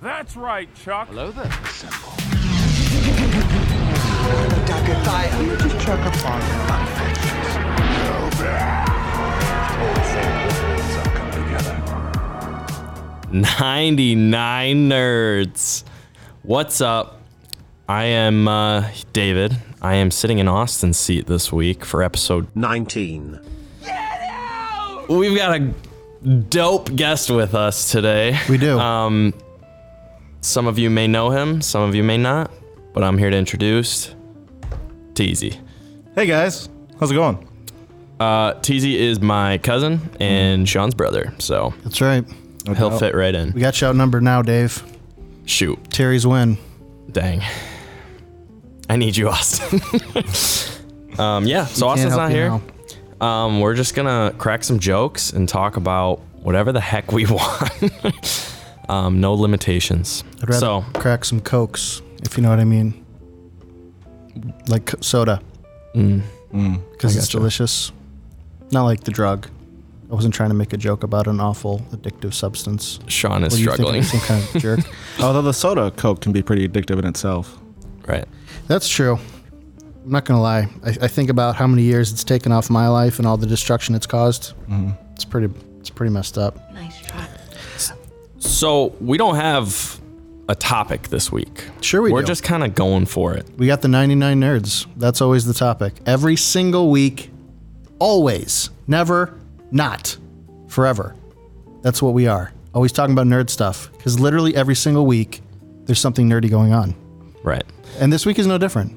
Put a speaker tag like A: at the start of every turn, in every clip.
A: That's right, Chuck.
B: Hello there.
C: Ninety nine nerds. What's up? I am uh, David. I am sitting in Austin's seat this week for episode
D: 19.
C: We've got a dope guest with us today.
E: We do.
C: Um, some of you may know him, some of you may not, but I'm here to introduce Teasy.
E: hey guys, how's it going?
C: Uh, Teasy is my cousin and Sean's brother, so
E: That's right.
C: he'll fit right
E: We
C: in.
E: got you outnumbered now, Dave.
C: Shoot,
E: Terry's win.
C: dang. I need you, Austin. um, yeah, so
E: Can't
C: Austin's
E: help
C: not
E: you
C: here.
E: now.
C: Um, we're just gonna crack some jokes and talk about whatever the heck we want. um, no limitations.
E: I'd rather
C: so
E: crack some cokes, if you know what I mean. Like co- soda. Mm. Because it's
C: gotcha.
E: delicious. Not like the drug. I wasn't trying to make a joke about an awful addictive substance.
C: Sean is
E: What do you think I'm
C: struggling.
E: Some kind of jerk.
F: Although the soda Coke can be pretty addictive in itself.
C: Right.
E: That's true. I'm not gonna lie. I, I think about how many years it's taken off my life and all the destruction it's caused.
C: Mm-hmm.
E: It's pretty. It's pretty messed up.
G: Nice try.
C: So we don't have a topic this week.
E: Sure we
C: We're
E: do.
C: just kind of going for it.
E: We got the 99 nerds. That's always the topic. Every single week, always, never, not, forever. That's what we are. Always talking about nerd stuff because literally every single week, there's something nerdy going on.
C: Right.
E: And this week is no different.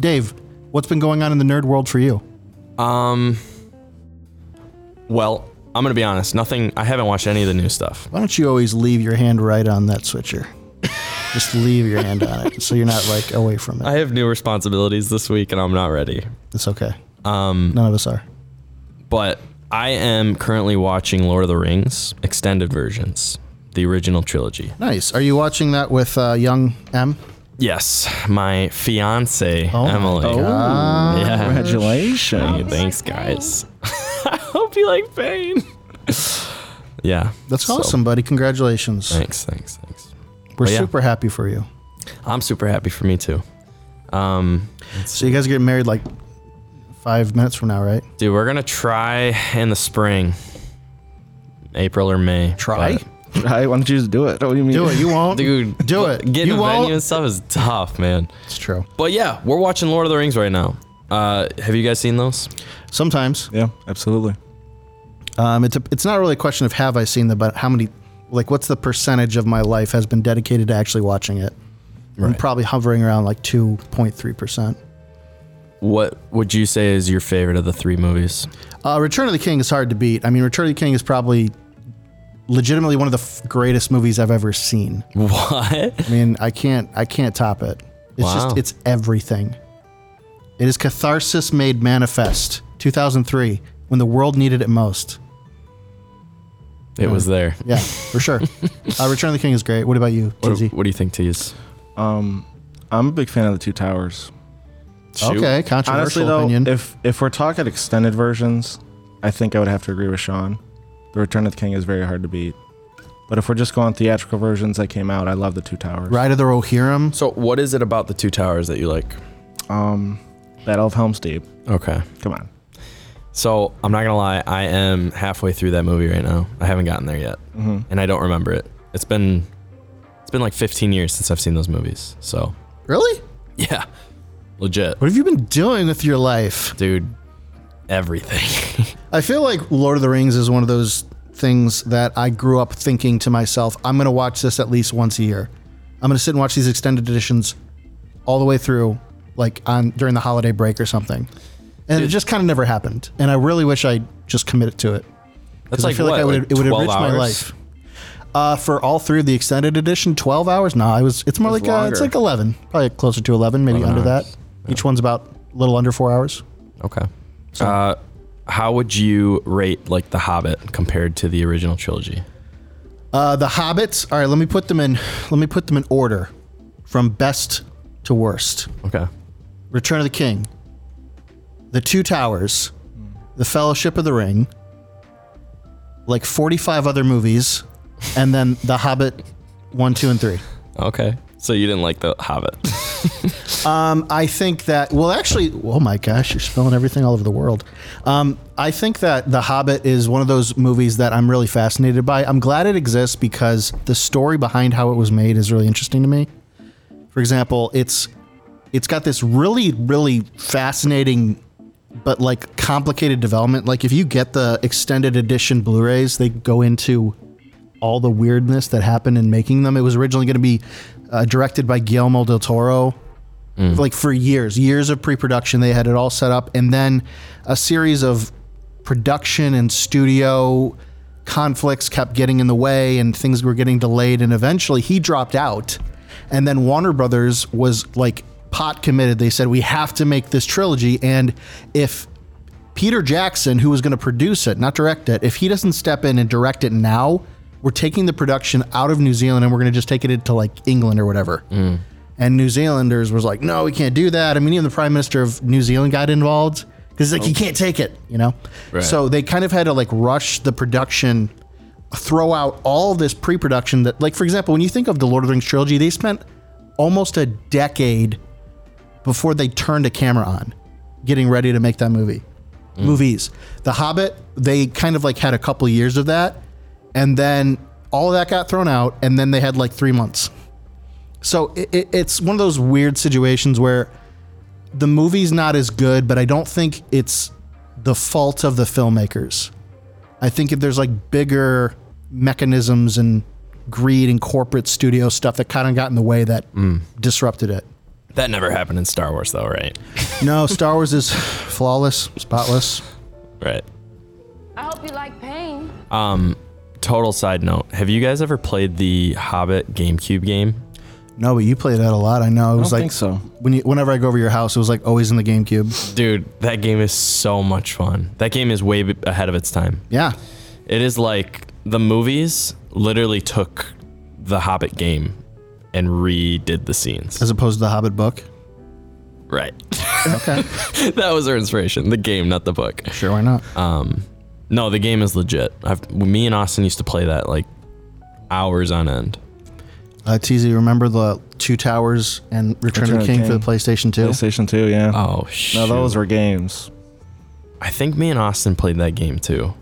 E: Dave, what's been going on in the nerd world for you?
C: Well, I'm gonna be honest. Nothing. I haven't watched any of the new stuff.
E: Why don't you always leave your hand right on that switcher? Just leave your hand on it so you're not like away from it.
C: I have new responsibilities this week, and I'm not ready.
E: It's okay. Um, None of us are.
C: But I am currently watching Lord of the Rings extended versions, the original trilogy.
E: Nice. Are you watching that with uh, young M?
C: Yes, my fiance
E: Oh my
C: Emily. yeah.
F: Congratulations.
C: Thanks, guys. I hope you like pain. yeah.
E: That's
C: so-
E: awesome, buddy. Congratulations.
C: Thanks. Thanks. Thanks.
E: We're
C: But yeah.
E: super happy for you.
C: I'm super happy for me too. Um,
E: So you guys are getting married like five minutes from now, right?
C: dude, we're gonna try in the spring, April or May. but-
F: Why don't you just do it? What do you mean?
E: Do it. You won't.
C: dude.
E: Do it.
C: Getting
E: You
C: a
E: won't.
C: venue and stuff is tough, man.
E: It's true.
C: But yeah, we're watching Lord of the Rings right now. Uh, have you guys seen those?
E: Sometimes
F: Yeah, absolutely.
E: um, it's a, it's not really a question of have I seen them, but how many, like, what's the percentage of my life has been dedicated to actually watching it? I'm probably hovering around like 2.3 percent.
C: What would you say is your favorite of the three movies?
E: Uh, Return of the King is hard to beat. I mean, Return of the King is probably legitimately one of the f- greatest movies I've ever seen.
C: What?
E: I mean, I can't I can't top it. It's
C: Wow.
E: just it's everything. It is catharsis made manifest. 2003, when the world needed it most.
C: It was there.
E: Yeah, for sure. uh, Return of the King is great. What about you,
C: What,
E: Tizzy?
C: what do you think, Tease?
F: Um, I'm a big fan of the Two Towers.
E: Okay, controversial
F: Honestly, though,
E: opinion.
F: if if we're talking extended versions, I think I would have to agree with Sean. The Return of the King is very hard to beat. But if we're just going theatrical versions that came out, I love the Two Towers.
E: Ride of the Rohirrim.
C: So, what is it about the Two Towers that you like?
F: Um, Battle of Helm's Deep.
C: Okay.
F: Come on.
C: So I'm not gonna lie, I am halfway through that movie right now. I haven't gotten there yet,
E: Mm-hmm.
C: and I don't remember it. It's been it's been like 15 years since I've seen those movies. So
E: Really?
C: yeah, legit,
E: What have you been doing with your life?
C: dude. Everything.
E: I feel like Lord of the Rings is one of those things that I grew up thinking to myself, I'm going to watch this at least once a year. I'm going to sit and watch these extended editions all the way through, like on during the holiday break or something. And it just kind of never happened. And I really wish I just committed to it.
C: That's
E: 'Cause I feel like I would it would
C: 12
E: enrich my
C: hours?
E: life. Uh, for all three of the extended edition, 12 hours? No, I was. It's more
F: It's
E: like uh, it's
F: longer.
E: like 11, probably closer to 11, maybe
C: 11
E: under
C: hours.
E: that. Each one's about a little under four hours.
C: Okay. Uh, how would you rate like The Hobbit compared to the original trilogy?
E: Uh, the Hobbits. All right, let me put them in. Let me put them in order, from best to worst.
C: Okay.
E: Return of the King, The Two Towers, The Fellowship of the Ring, like forty-five other movies, and then The Hobbit one, two, and three.
C: Okay. So you didn't like the Hobbit.
E: Um, I think that well, actually, oh my gosh, you're spilling everything all over the world. Um, I think that The Hobbit is one of those movies that I'm really fascinated by. I'm glad it exists because the story behind how it was made is really interesting to me. For example, it's it's got this really really fascinating but like complicated development. Like if you get the extended edition Blu-rays, they go into all the weirdness that happened in making them. It was originally going to be uh, directed by Guillermo del Toro, like for years, years of pre-production. They had it all set up, and then a series of production and studio conflicts kept getting in the way, and things were getting delayed. And eventually, he dropped out. And then Warner Brothers was like pot committed. They said we have to make this trilogy, and if Peter Jackson, who was going to produce it, not direct it, if he doesn't step in and direct it now, we're taking the production out of New Zealand and we're going to just take it to like England or whatever. And New Zealanders was like, no, we can't do that. I mean, even the prime minister of New Zealand got involved because like, you can't take it, you know?
C: Right.
E: So they kind of had to like rush the production, throw out all this pre production that, like, for example, when you think of the Lord of the Rings trilogy, they spent almost a decade before they turned a camera on getting ready to make that movie movies the hobbit they kind of like had a couple years of that and then all of that got thrown out and then they had like three months so it, it, it's one of those weird situations where the movie's not as good but i don't think it's the fault of the filmmakers i think if there's like bigger mechanisms and greed and corporate studio stuff that kind of got in the way that disrupted it
C: that never happened in Star Wars though, right?
E: no, Star Wars is flawless, spotless.
C: Right.
A: I hope you like pain.
C: Total side note. Have you guys ever played the Hobbit GameCube game?
E: No, but you played that a lot. I know. It was
F: don't
E: like
F: think so.
E: When you, whenever I go over your house, it was like always in the GameCube.
C: Dude, that game is so much fun. That game is way b- ahead of its time.
E: Yeah,
C: It is like the movies literally took the Hobbit game and redid the scenes.
E: as opposed to the Hobbit book.
C: Right.
E: Okay,
C: that was our inspiration. The game, not the book.
E: sure, why not?
C: No, the game is legit. I've, me and Austin used to play that like hours on end.
E: Uh, TZ, remember the Two Towers and Return, of the King, for the PlayStation Two?
F: PlayStation 2, yeah.
C: Oh shit!
F: no, those were games.
C: I think me and Austin played that game too,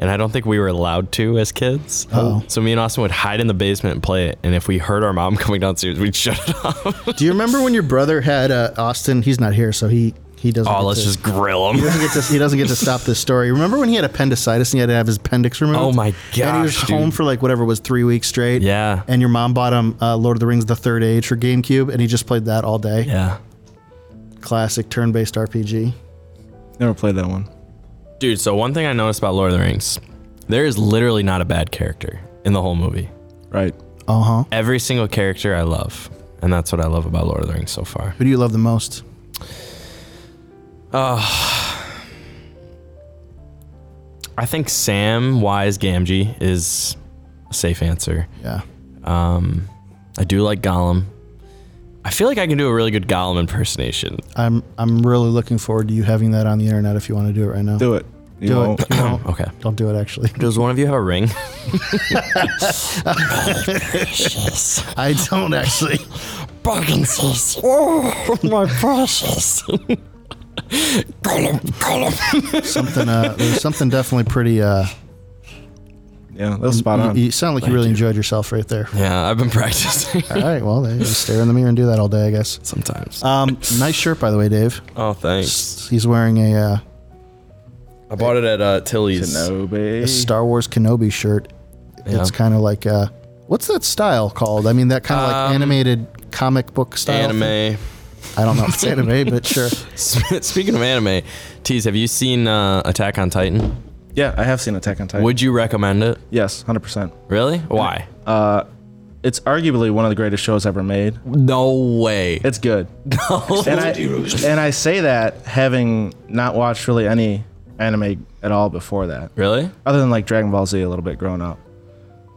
C: and I don't think we were allowed to as kids.
E: Uh-oh.
C: So me and Austin would hide in the basement and play it, and if we heard our mom coming downstairs, we'd shut it off.
E: Do you remember when your brother had uh, Austin? He's not here, so he he doesn't.
C: Oh,
E: get
C: let's
E: to-
C: just grill him.
E: He doesn't, get to, he doesn't get to stop this story. Remember when he had appendicitis and he had to have his appendix removed?
C: Oh my
E: And he was
C: gosh,
E: home
C: dude.
E: for like whatever was three weeks straight.
C: Yeah.
E: And your mom bought him uh, Lord of the Rings: The Third Age for GameCube, and he just played that all day.
C: Yeah,
E: Classic turn-based RPG.
F: Never played that one.
C: dude. So one thing I noticed about Lord of the Rings, there is literally not a bad character in the whole movie.
F: Right.
E: Uh huh.
C: Every single character I love, and that's what I love about Lord of the Rings so far.
E: Who do you love the most?
C: I think Sam Wise Gamgee is a safe answer.
E: Yeah.
C: I do like Gollum. I feel like I can do a really good Gollum impersonation.
E: I'm I'm really looking forward to you having that on the internet if you want to do it right now.
F: Do it. You
E: Do
F: won't.
E: it. No,
C: Okay.
E: don't do it actually.
C: Does one of you have a ring?
E: I don't actually.
C: Parkinson's. Oh, my precious. Gollum, Gollum.
E: something uh there's something definitely pretty uh
F: Yeah, that was spot on.
E: you, you sound like you really enjoyed yourself right there.
C: Yeah, I've been practicing.
E: all right, well, there you just stare in the mirror and do that all day, I guess.
C: Sometimes.
E: Um nice shirt by the way, Dave.
C: oh, thanks.
E: He's wearing a uh,
C: I bought it at uh, Tilly's.
E: a
F: Kenobi.
E: Star Wars Kenobi shirt.
C: Yeah.
E: It's kind of like uh what's that style called? I mean that kind of
C: Um,
E: like animated comic book style. thing?
C: Anime.
E: I don't know if it's anime, but sure.
C: Speaking of anime, Tease, have you seen uh, Attack on Titan?
F: Yeah, I have seen Attack on Titan.
C: Would you recommend it?
F: yes, 100%.
C: Really? Why?
F: It's arguably one of the greatest shows ever made.
C: No way.
F: It's good. and, I, and I say that having not watched really any anime at all before that,
C: really?
F: other than like Dragon Ball Z a little bit growing up.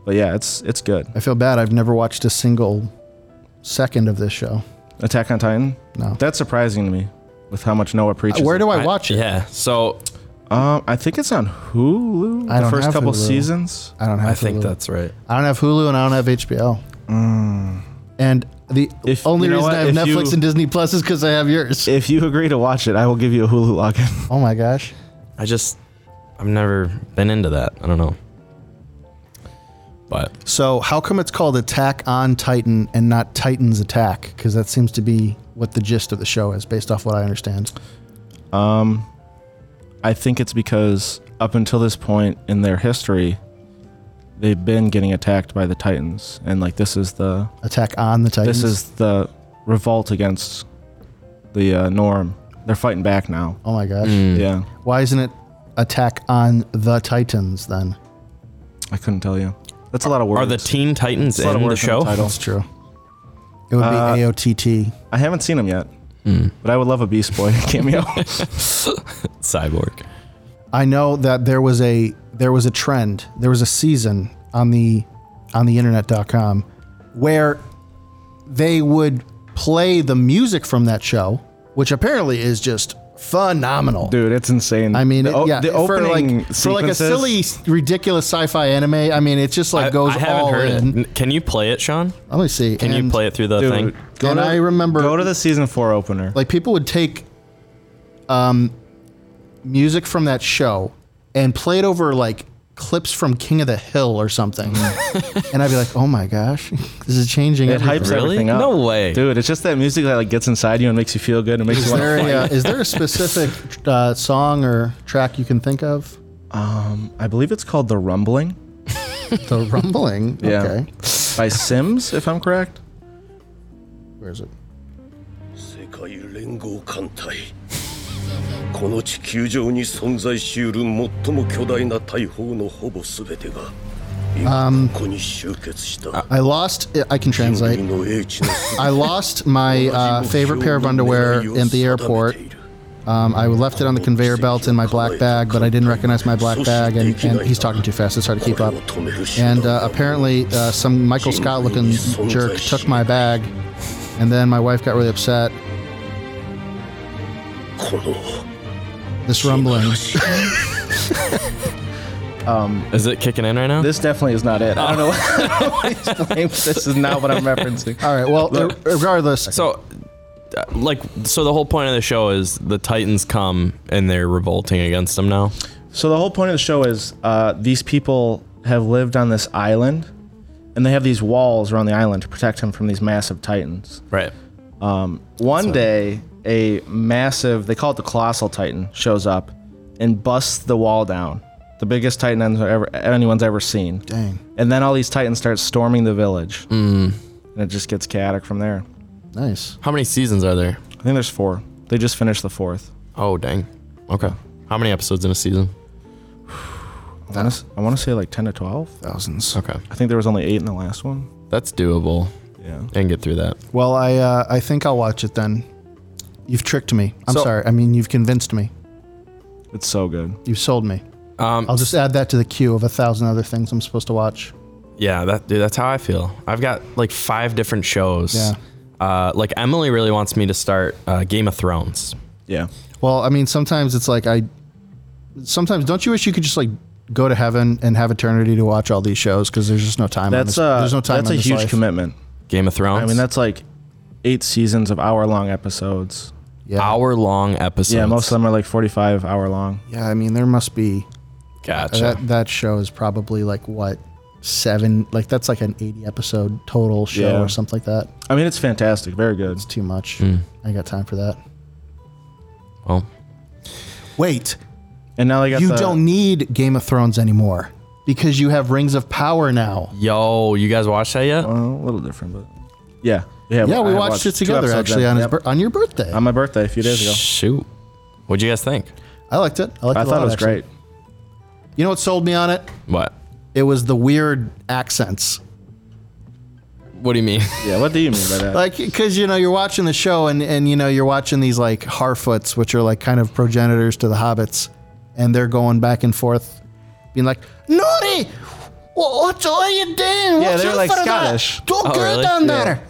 F: But yeah, it's it's good.
E: I feel bad. I've never watched a single second of this show.
F: Attack on Titan.
E: No.
F: that's surprising to me with how much Noah preaches.
E: Where do I,
C: I-
E: watch it?
C: Yeah. So
F: Um, I think it's on Hulu.
E: I
F: the
E: don't
F: first
E: have
F: couple
E: Hulu.
F: seasons.
E: I don't have.
C: I think
E: Hulu.
C: that's right.
E: I don't have Hulu and I don't have HBO. Mm. And the
F: If-
E: only
F: you know
E: reason
F: what?
E: I have
F: If
E: Netflix
F: you-
E: and Disney Plus is because I have yours.
F: If you agree to watch it, I will give you a Hulu login.
E: oh my gosh.
C: I just, I've never been into that. I don't know. But
E: So how come it's called Attack on Titan and not Titan's Attack? Because that seems to be what the gist of the show is, based off what I understand.
F: I think it's because up until this point in their history, they've been getting attacked by the Titans, and like this is the
E: Attack on the Titans.
F: this is the revolt against the uh, norm. They're fighting back now.
E: Oh my gosh.
F: Yeah,
E: Why isn't it Attack on the Titans then?
F: I couldn't tell you. That's a lot of words.
C: are the Teen Titans
F: It's a lot of
C: in the
F: words on the
C: show?
F: title.
E: That's true. It would
F: Oh. Uh,
E: be AOTT.
F: I haven't seen them yet,
E: Hmm.
F: but I would love a Beast Boy cameo.
C: Cyborg.
E: I know that there was a there was a trend, there was a season on the on the internet.com where they would play the music from that show, which apparently is just phenomenal.
F: Dude, it's insane.
E: I mean,
F: the,
E: it-
F: o-
E: yeah,
F: the
E: for
F: opening
E: like for like a
F: sequences-
E: silly, ridiculous sci-fi anime. I mean, it just like goes all in.
C: it. N- Can you play it, Sean?
E: Let me see.
C: Can you play it through the
F: Dude,
C: thing?
F: go
E: And
F: to-
E: I remember-
F: go to the season four opener.
E: Like people would take um music from that show and play it over like clips from King of the Hill or something. and I'd be like, "Oh my gosh, this is changing."
F: It hypes
C: Really?
F: everything up.
C: No way.
F: dude. It's just that music that like gets inside you and makes you feel good and makes
E: Is
F: you want to
E: there,
F: fight.
E: a, uh, is there a specific uh, song or track you can think of?
F: I believe it's called the Rumbling
E: The rumbling.
F: Yeah.
E: Okay.
F: by Sims, if I'm correct.
E: Where is it?
B: 世界連合艦隊この地球上に存在しうる最も巨大な大砲のほぼ全てが今ここに集結した、
E: I lost. I can
B: 人類
E: translate.
B: の英知のすべ
E: I lost my
B: て
E: uh,
B: 同じ目標
E: favorite pair of
B: の
E: underwear
B: 願いを
E: at the
B: 定め
E: airport.
B: ている
E: Um, I left it on the conveyor belt in my black bag, but I didn't recognize my black bag, and, and he's talking too fast. It's hard to keep up. And uh, apparently, uh, some Michael Scott looking jerk took my bag, and then my wife got really upset.
B: この
E: This rumbling.
C: Is it kicking in right now?
F: This definitely is not it. I don't know. What, this is not what I'm referencing.
E: All right, well, ir- regardless,
C: so, uh, like, so the whole point of the show is the Titans come and they're revolting against them now.
F: So the whole point of the show is uh, these people have lived on this island, and they have these walls around the island to protect them from these massive titans.
C: Right.
F: One day, a massive, they call it the Colossal Titan, shows up and busts the wall down. The biggest Titan anyone's ever, anyone's ever seen.
E: dang,
F: And then all these Titans start storming the village. Mm. And it just gets chaotic from there.
E: nice.
C: How many seasons are there?
F: I think there's four. They just finished the fourth.
C: Oh, dang. Okay. How many episodes in a season?
F: I wanna s- I want to say like 10 to 12.
E: Thousands.
C: Okay.
F: I think there was only eight in the last one.
C: That's doable.
F: Yeah.
C: I can get through that.
E: Well, I uh, I think I'll watch it then. You've tricked me. I'm
C: So-
E: sorry. I mean, you've convinced me.
F: It's so good.
E: You've sold me.
C: Um,
E: I'll just add that to the queue of a thousand other things I'm supposed to watch.
C: Yeah, that dude, that's how I feel. I've got like five different shows.
E: Yeah.
C: Uh, like Emily really wants me to start uh, Game of Thrones.
F: Yeah.
E: Well, I mean, sometimes it's like I. Sometimes don't you wish you could just like go to heaven and have eternity to watch all these shows because there's just no time. on
F: That's,
E: this,
F: uh,
E: there's no time.
F: that's
E: on
F: a
E: this
F: huge
E: life.
F: commitment.
C: Game of Thrones.
F: I mean, that's like eight seasons of hour long episodes.
E: Yeah.
C: hour long episodes.
F: yeah, most of them are like 45 hour long.
E: Yeah, I mean, there must be
C: Gotcha.
E: that that show is probably like what seven? Like that's like an eighty episode total show
F: Yeah.
E: or something like that.
F: I mean, it's fantastic. Very good.
E: It's too much. I ain't got time for that.
C: well,
E: Wait,
F: And now they got
E: you
F: the-
E: don't need Game of Thrones anymore because you have Rings of Power now.
C: yo, you guys watched that yet?
F: Well, a little different, but yeah, yeah.
E: Yeah,
F: I
E: we
F: have
E: watched, it
F: two
E: together
F: episodes
E: actually
F: in.
E: on his
F: Yep.
E: bir- on your birthday.
F: on my birthday a few days ago.
C: Shoot. What'd you guys think?
E: I liked it. I liked
F: I
E: it. a
F: thought
E: lot,
F: it was
E: actually.
F: great.
E: You know what sold me on it?
C: What?
E: It was the weird accents.
C: What do you mean?
F: Yeah, what do you mean by that?
E: Like, because, you know, you're watching the show and, and, you know, you're watching these like Harfoots, which are like kind of progenitors to the hobbits. And they're going back and forth, being like, Nori! wha- What are you doing? What's
F: they were,
E: up
F: like,
E: for that?
F: Scottish.
E: Do
C: Oh,
E: good
C: really?
E: down
C: Yeah.
E: there.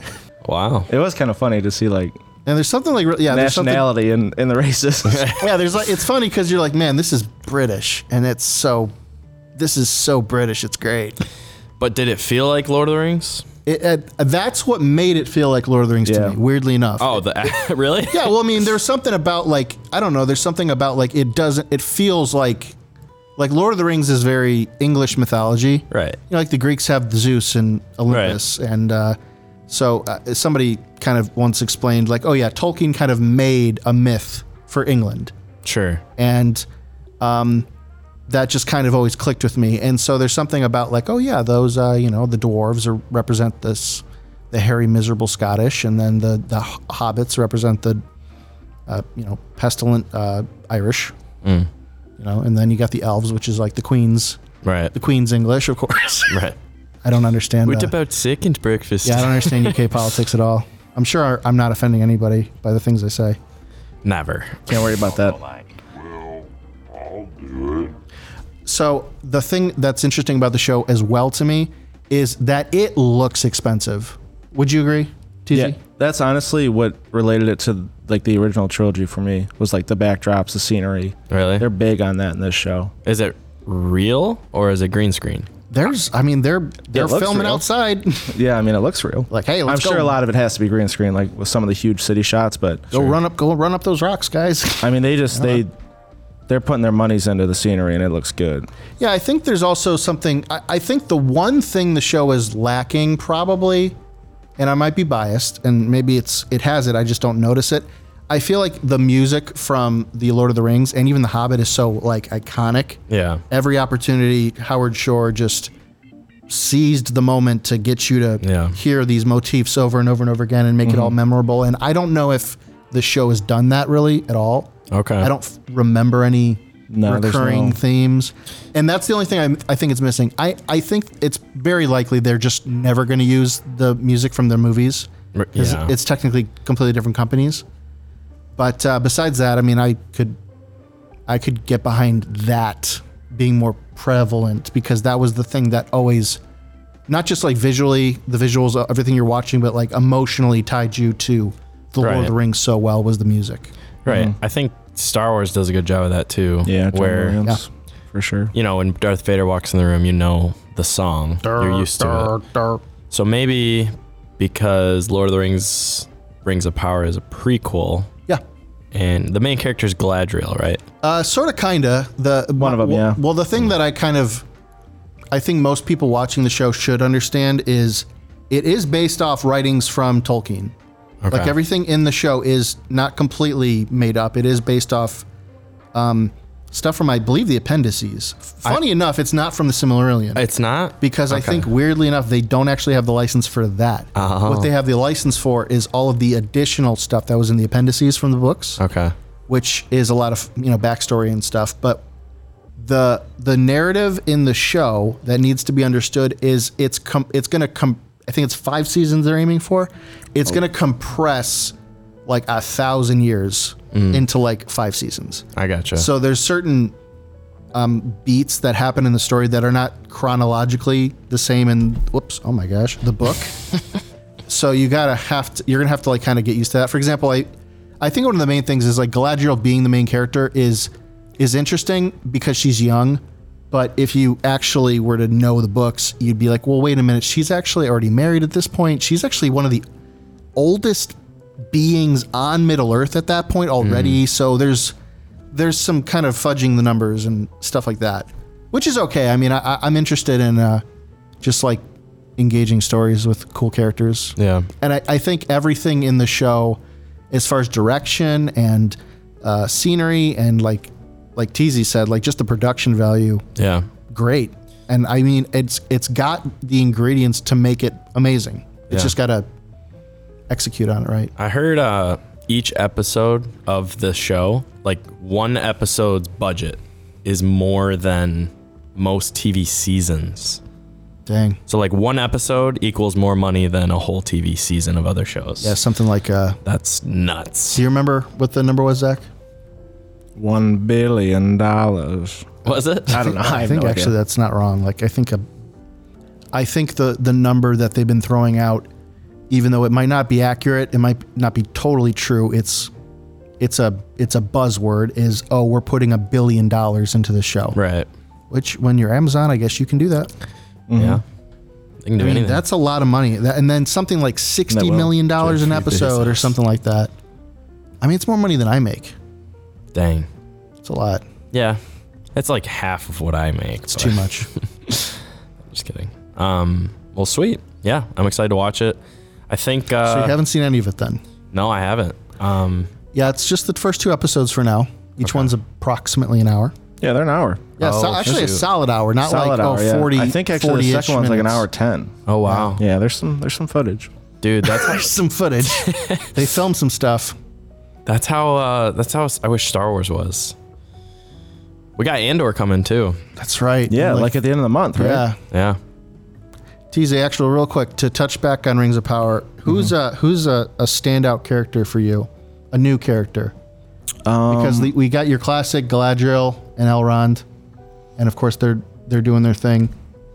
C: wow.
F: it was kind of funny to see like
E: And there's something like, re- yeah, there's something.
F: nationality in, in the races.
E: Yeah, there's like, it's funny because you're like, man, this is British. And it's so, this is so British. It's great.
C: But did it feel like Lord of the Rings?
E: It, it, that's what made it feel like Lord of the Rings
F: Yeah.
E: to me. Weirdly enough.
C: Oh, the really?
E: Yeah, well, I mean, there's something about like I don't know. There's something about like it doesn't. It feels like like Lord of the Rings is very English mythology,
C: Right.
E: You know, like the Greeks have Zeus and Olympus, and uh, so uh, somebody kind of once explained like, oh yeah, Tolkien kind of made a myth for England,
C: Sure.
E: and um, that just kind of always clicked with me. And so there's something about like, oh yeah, those uh, you know the dwarves are, represent this the hairy, miserable Scottish, and then the the hobbits represent the uh, you know pestilent uh, Irish, you know, and then you got the elves, which is like the queen's
C: Right.
E: the queen's English, of course.
C: Right.
E: I don't understand.
C: What
E: uh,
C: about second breakfast?
E: yeah, I don't understand UK politics at all. I'm sure I'm not offending anybody by the things I say.
C: Never.
F: Can't worry about that.
E: So the thing that's interesting about the show as well to me is that it looks expensive. Would you agree, TZ?
F: Yeah, that's honestly what related it to like the original trilogy for me was like the backdrops, the scenery.
C: Really?
F: They're big on that in this show.
C: Is it real or is it green screen?
E: There's, I mean, they're they're
F: looks
E: filming
F: real.
E: outside.
F: Yeah, I mean it looks real.
E: Like, hey, let's
F: I'm sure
E: go.
F: a lot of it has to be green screen, like with some of the huge city shots. But
E: go run up, go run up those rocks, guys.
F: I mean, they just they
E: Uh-huh.
F: they're putting their monies into the scenery, and it looks good.
E: Yeah, I think there's also something. I, I think the one thing the show is lacking, probably, and I might be biased, and maybe it's it has it. I just don't notice it. I feel like the music from the Lord of the Rings and even the Hobbit is so like iconic.
C: Yeah.
E: Every opportunity, Howard Shore just seized the moment to get you to
C: Yeah. Mm-hmm.
E: hear these motifs over and over and over again and make it all memorable. And I don't know if the show has done that really at all.
C: Okay.
E: I don't f- remember any
F: No, there's
E: recurring
F: no-
E: themes. And that's the only thing I, I think it's missing. I, I think it's very likely they're just never going to use the music from their movies.
C: R-
E: 'cause
C: yeah.
E: It's technically completely different companies. But uh, besides that, I mean, I could, I could get behind that being more prevalent because that was the thing that always, not just like visually, the visuals, uh, everything you're watching, but like emotionally tied you to the Lord of
C: Right.
E: the Rings so well was the music.
C: Right. I think Star Wars does a good job of that too.
F: Yeah, John
C: Where
F: Williams, for sure.
C: you know when Darth Vader walks in the room, you know the song. You're used to it. So maybe because Lord of the Rings Rings of Power is a prequel,
E: Yeah.
C: and the main character is Galadriel, right?
E: Uh, sort of, kinda. The
F: One of 'em,
E: well,
F: yeah.
E: Well, the thing that I kind of, I think most people watching the show should understand is, it is based off writings from Tolkien. Like
C: Okay.
E: everything in the show is not completely made up. It is based off, um, stuff from I believe the appendices. Funny enough, it's not from the Silmarillion
C: It's not
E: because I
C: Okay. Uh-huh.
E: think weirdly enough they don't actually have the license for that. What they have the license for is all of the additional stuff that was in the appendices from the books
C: Okay.
E: which is a lot of you know backstory and stuff. But the the narrative in the show that needs to be understood is it's com- it's going to come. I think it's five seasons they're aiming for. It's going to compress like a thousand years into like five seasons.
C: I gotcha.
E: So there's certain um, beats that happen in the story that are not chronologically the same in whoops, oh my gosh, the book. so you gotta have to you're gonna have to like kind of get used to that. For example, I I think one of the main things is like Galadriel being the main character is is interesting because she's young, but if you actually were to know the books, you'd be like, well, wait a minute, she's actually already married at this point. She's actually one of the oldest beings on Middle Earth at that point already. So there's there's some kind of fudging the numbers and stuff like that, which is okay. I mean, I, I- I'm interested in uh, just like engaging stories with cool characters.
C: yeah.
E: And I, I think everything in the show, as far as direction and uh, scenery and like like TZ said, like just the production value,
C: Yeah.
E: great. And I mean, it's it's got the ingredients to make it amazing. It's
C: Yeah.
E: just got to execute on it right.
C: I heard uh, each episode of the show, like one episode's budget, is more than most TV seasons.
E: Dang.
C: So like one episode equals more money than a whole TV season of other shows.
E: Yeah, something like. Uh,
C: That's nuts.
E: do you remember what the number was, Zach?
F: One billion dollars.
C: Was it?
F: I don't know. I,
E: I
F: have
E: think
F: no
E: actually
F: idea.
E: that's not wrong. Like I think a, I think the the number that they've been throwing out, even though it might not be accurate, it might not be totally true. It's it's a it's a buzzword. Is oh we're putting a billion dollars into the show,
C: Right.
E: which when you're Amazon, I guess you can do that.
C: Yeah. They can do
E: I mean,
C: anything.
E: that's a lot of money. That, and then something like sixty
F: will.
E: million dollars an
C: Jeff
E: episode or
C: Bezos.
E: something like that. I mean, it's more money than I make.
C: dang.
E: It's a lot.
C: Yeah, that's like half of what I make. It's
E: Too much.
C: Just kidding. Um, well, sweet. Yeah, I'm excited to watch it. I think. Uh,
E: so you haven't seen any of it then?
C: no, I haven't. Um,
E: Yeah, it's just the first two episodes for now. Each one's approximately an hour.
F: Yeah, they're an hour.
E: Yeah, so-
C: Oh,
E: actually a
C: shoot.
E: solid hour, not
F: Oh, Solid
E: like
F: hour.
E: oh, 40
F: yeah. I think actually the
E: 40-ish
F: second one's like an
E: minutes.
F: hour ten.
C: oh wow,
F: Yeah, there's some there's some footage.
C: dude, that's
E: There's some footage. they filmed some stuff.
C: That's how. Uh, that's how I wish Star Wars was. We got Andor coming too.
E: That's right.
F: Yeah, like, at the end of the month, right?
E: yeah.
C: Yeah.
E: TZ, actual real quick to touch back on Rings of Power. Who's
F: Mm-hmm.
E: a who's a, a standout character for you? A new character because
F: Um,
E: the, we got your classic Galadriel and Elrond, and of course they're they're doing their thing.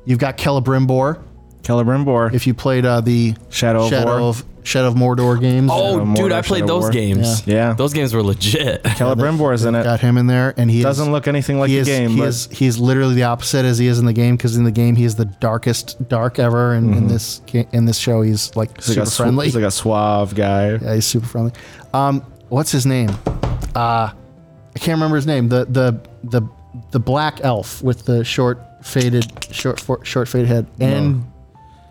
E: You've got Celebrimbor.
F: Celebrimbor.
E: If you played uh, the
F: Shadow of War.
E: of Shadow of Mordor games,
C: Oh,
F: Shadow
C: dude,
F: Mordor,
C: I played
F: Shadow
C: those
F: War.
C: games.
F: Yeah. Yeah.
C: Those games were legit.
F: Celebrimbor is in it.
E: got him in there, and he
F: Doesn't
E: is,
F: look anything like
E: he
F: the
E: is,
F: game,
E: He
F: but
E: is he is literally the opposite as he is in the game because in the game he is the darkest dark ever, and in this ga- in this show he's like
F: Mm-hmm. he's
E: super
F: like, a, sw-
E: friendly.
F: he's like a suave guy.
E: Yeah, he's super friendly. Um, what's his name? Uh I can't remember his name. The the the the black elf with the short faded short for, short faded head and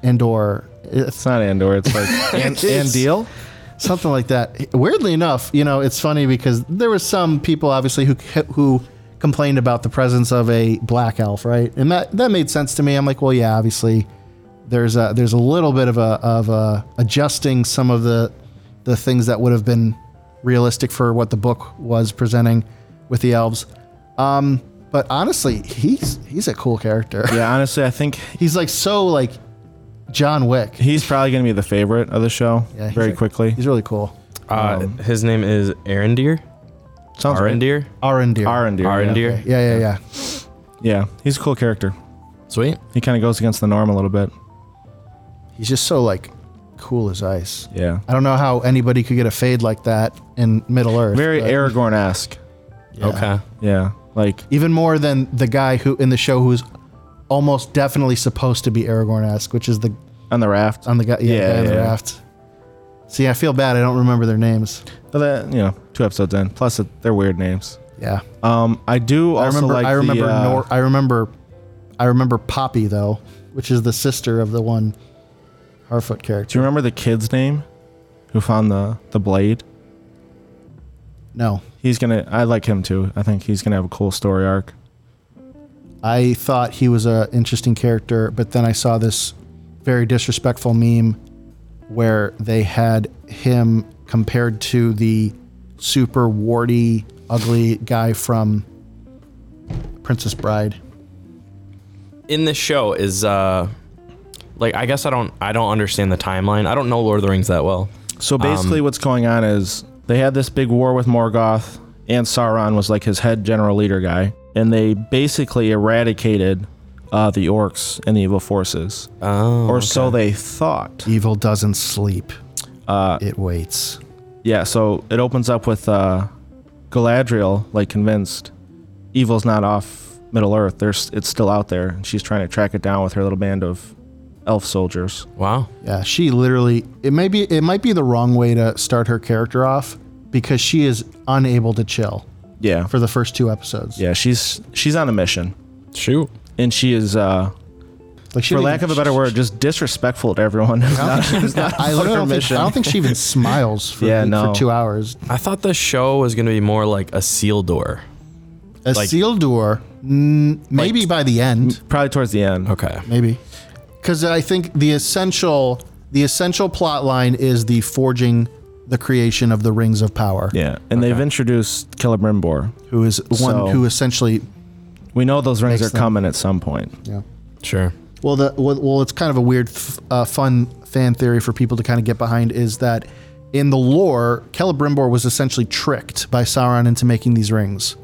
E: Andor, Uh, it's
F: It's not Andor. It's like and,
E: It is.
F: Andeal.
E: something like that. Weirdly enough, you know, it's funny because there were some people obviously who who complained about the presence of a black elf, right? And that that made sense to me. I'm like, well, yeah, obviously there's a there's a little bit of a of a adjusting some of the the things that would have been realistic for what the book was presenting with the elves. Um, but honestly, he's he's a cool character.
F: Yeah, honestly, I think
E: He's like so like John Wick.
F: he's probably gonna be the favorite of the show.
E: Yeah, he's
F: very
E: like-
F: quickly.
E: He's really cool.
C: Uh, his name is Arendir.
F: Sounds right.
C: Arendir.
E: Arendir.
F: Arendir. Yeah.
C: Arendir.
E: yeah, yeah, yeah.
F: Yeah, he's a cool character.
C: Sweet.
F: He kind of goes against the norm a little bit.
E: He's just so like cool as ice.
F: Yeah.
E: I don't know how anybody could get a fade like that in Middle Earth.
F: Very
E: but
F: Aragorn-esque.
C: Okay.
F: Yeah. Like
E: even more than the guy who in the show who's almost definitely supposed to be Aragorn-esque, which is the
F: on the raft.
E: on the guy yeah,
F: Yeah,
E: guy on the
F: yeah.
E: raft. See, I feel bad. I don't remember their names.
F: But that, you know, two episodes in. Plus, it, they're weird names.
E: Yeah,
F: Um, I do also
E: I remember.
F: like
E: I remember.
F: the, uh,
E: Nor- I remember. I remember Poppy though, which is the sister of the one Harfoot
F: Do
E: character.
F: you remember the kid's name who found the the blade?
E: No,
F: He's gonna. I like him too. I think he's gonna have a cool story arc.
E: I thought he was an interesting character, but then I saw this very disrespectful meme where they had him compared to the super warty, ugly guy from Princess Bride.
C: In this show is uh, like I guess I don't I don't understand the timeline. I don't know Lord of the Rings that well.
F: So basically, what's going on is they had this big war with Morgoth, and Sauron was like his head general leader guy, and they basically eradicated uh, the orcs and the evil forces,
C: Oh.
F: or so they thought.
E: Evil doesn't sleep.
F: Uh,
E: it waits.
F: Yeah. So it opens up with uh, Galadriel like convinced evil's not off Middle Earth. There's it's still out there, and she's trying to track it down with her little band of elf soldiers.
C: wow.
E: Yeah, she literally it may be it might be the wrong way to start her character off because she is unable to chill
F: Yeah.
E: for the first two episodes.
F: yeah. She's she's on a mission,
C: Shoot.
F: and she is. Uh,
E: Like she
F: for
E: didn't
F: lack of
E: even-
F: a better word, just disrespectful to everyone.
E: I literally don't think, I don't think she even smiles for,
F: Yeah,
E: for
F: no.
E: two hours.
C: I thought the show was gonna be more like a seal door.
E: A
C: Like-
E: sealed door, mm, maybe by the end,
F: Probably towards the end.
C: Okay.
E: maybe, because I think the essential the essential plot line is the forging the creation of the rings of power.
F: Yeah, and they've introduced Celebrimbor.
E: Who is one
F: So-
E: who essentially?
F: We know those rings
E: Makes
F: are
E: them-
F: coming at some point.
E: Yeah.
C: Sure.
E: Well, the well, well, it's kind of a weird, f- uh, fun fan theory for people to kind of get behind is that in the lore, Celebrimbor was essentially tricked by Sauron into making these rings.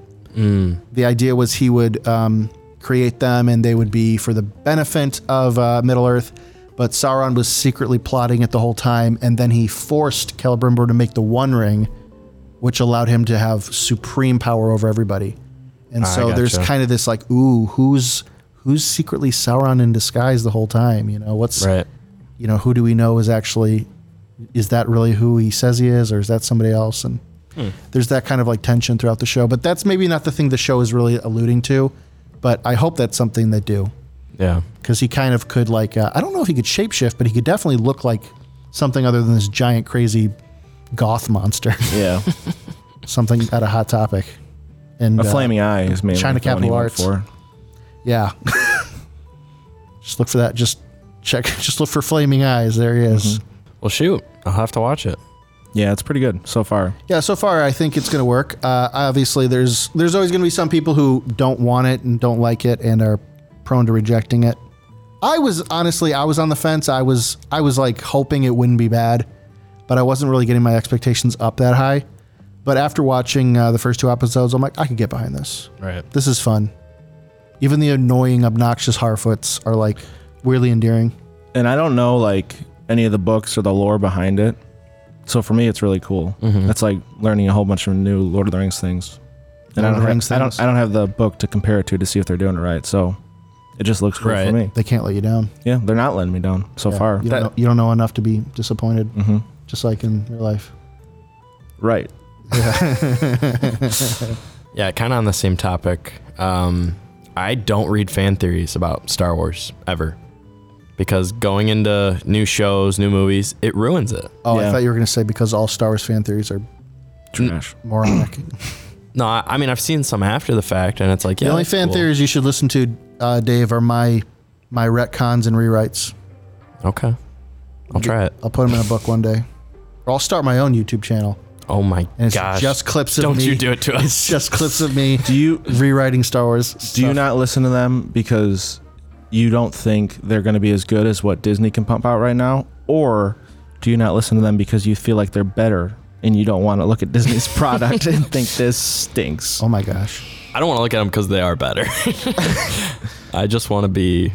E: The idea was he would um, create them, and they would be for the benefit of uh, Middle Earth. But Sauron was secretly plotting it the whole time, and then he forced Celebrimbor to make the One Ring, which allowed him to have supreme power over everybody. And so there's
C: gotcha.
E: kind of this like, ooh, who's who's secretly Sauron in disguise the whole time? You know, what's
C: Right.
E: you know, who do we know is actually is that really who he says he is or is that somebody else? And
F: Hmm.
E: there's that kind of like tension throughout the show. But that's maybe not the thing the show is really alluding to. But I hope that's something they do
C: Yeah.
E: because he kind of could like uh, I don't know if he could shapeshift, but he could definitely look like something other than this giant crazy goth monster,
F: Yeah.
E: something out of Hot Topic, and
F: A
E: uh,
F: flaming eye is mainly
E: China
F: the one he
E: Capital
F: went
E: Arts.
F: For.
E: Yeah, just look for that. Just check. Just look for flaming eyes. There he is.
C: Well, shoot. I'll have to watch it.
F: Yeah, it's pretty good so far.
E: Yeah, so far I think it's going to work. Uh, obviously, there's there's always going to be some people who don't want it and don't like it and are prone to rejecting it. I was honestly I was on the fence. I was I was like hoping it wouldn't be bad, but I wasn't really getting my expectations up that high. But after watching uh, the first two episodes, I'm like I could get behind this.
C: Right.
E: This is fun. Even the annoying, obnoxious Harfoots are like weirdly endearing.
F: And I don't know like any of the books or the lore behind it. So for me, it's really cool. That's like learning a whole bunch of new Lord of the Rings things.
E: Lord
F: And I
E: of
F: don't,
E: the
F: have,
E: Rings
F: I
E: things?
F: don't. I don't have the book to compare it to to see if they're doing it right. So it just looks cool
C: Right.
F: for me.
E: They can't let you down.
F: Yeah, they're not letting me down so
E: Yeah,
F: far.
E: you don't, know, you don't know enough to be disappointed,
C: Mm-hmm.
F: Mhm.
E: just like in real life.
F: Right.
C: Yeah, kind of on the same topic. Um, I don't read fan theories about Star Wars ever because going into new shows, new movies, it ruins it.
E: Oh, I
F: Yeah.
E: thought you were going to say because all Star Wars fan theories are
F: Trash.
E: moronic.
C: No, I, I mean, I've seen some after the fact, and it's like, yeah.
E: the only
C: that's
E: fan
C: cool.
E: theories you should listen to, uh, Dave, are my my retcons and rewrites.
C: Okay. I'll try it.
E: I'll put them in a book one day, or I'll start my own YouTube channel,
C: Oh my
E: and it's
C: gosh.
E: just clips of
C: don't
E: me.
C: you do it to us.
E: It's just clips of me
F: Do you
E: rewriting Star Wars.
F: do you not listen to them because you don't think they're going to be as good as what Disney can pump out right now, or do you not listen to them because you feel like they're better and you don't want to look at Disney's product and think this stinks?
E: Oh my gosh!
C: I don't want to look at them because they are better. I just want to be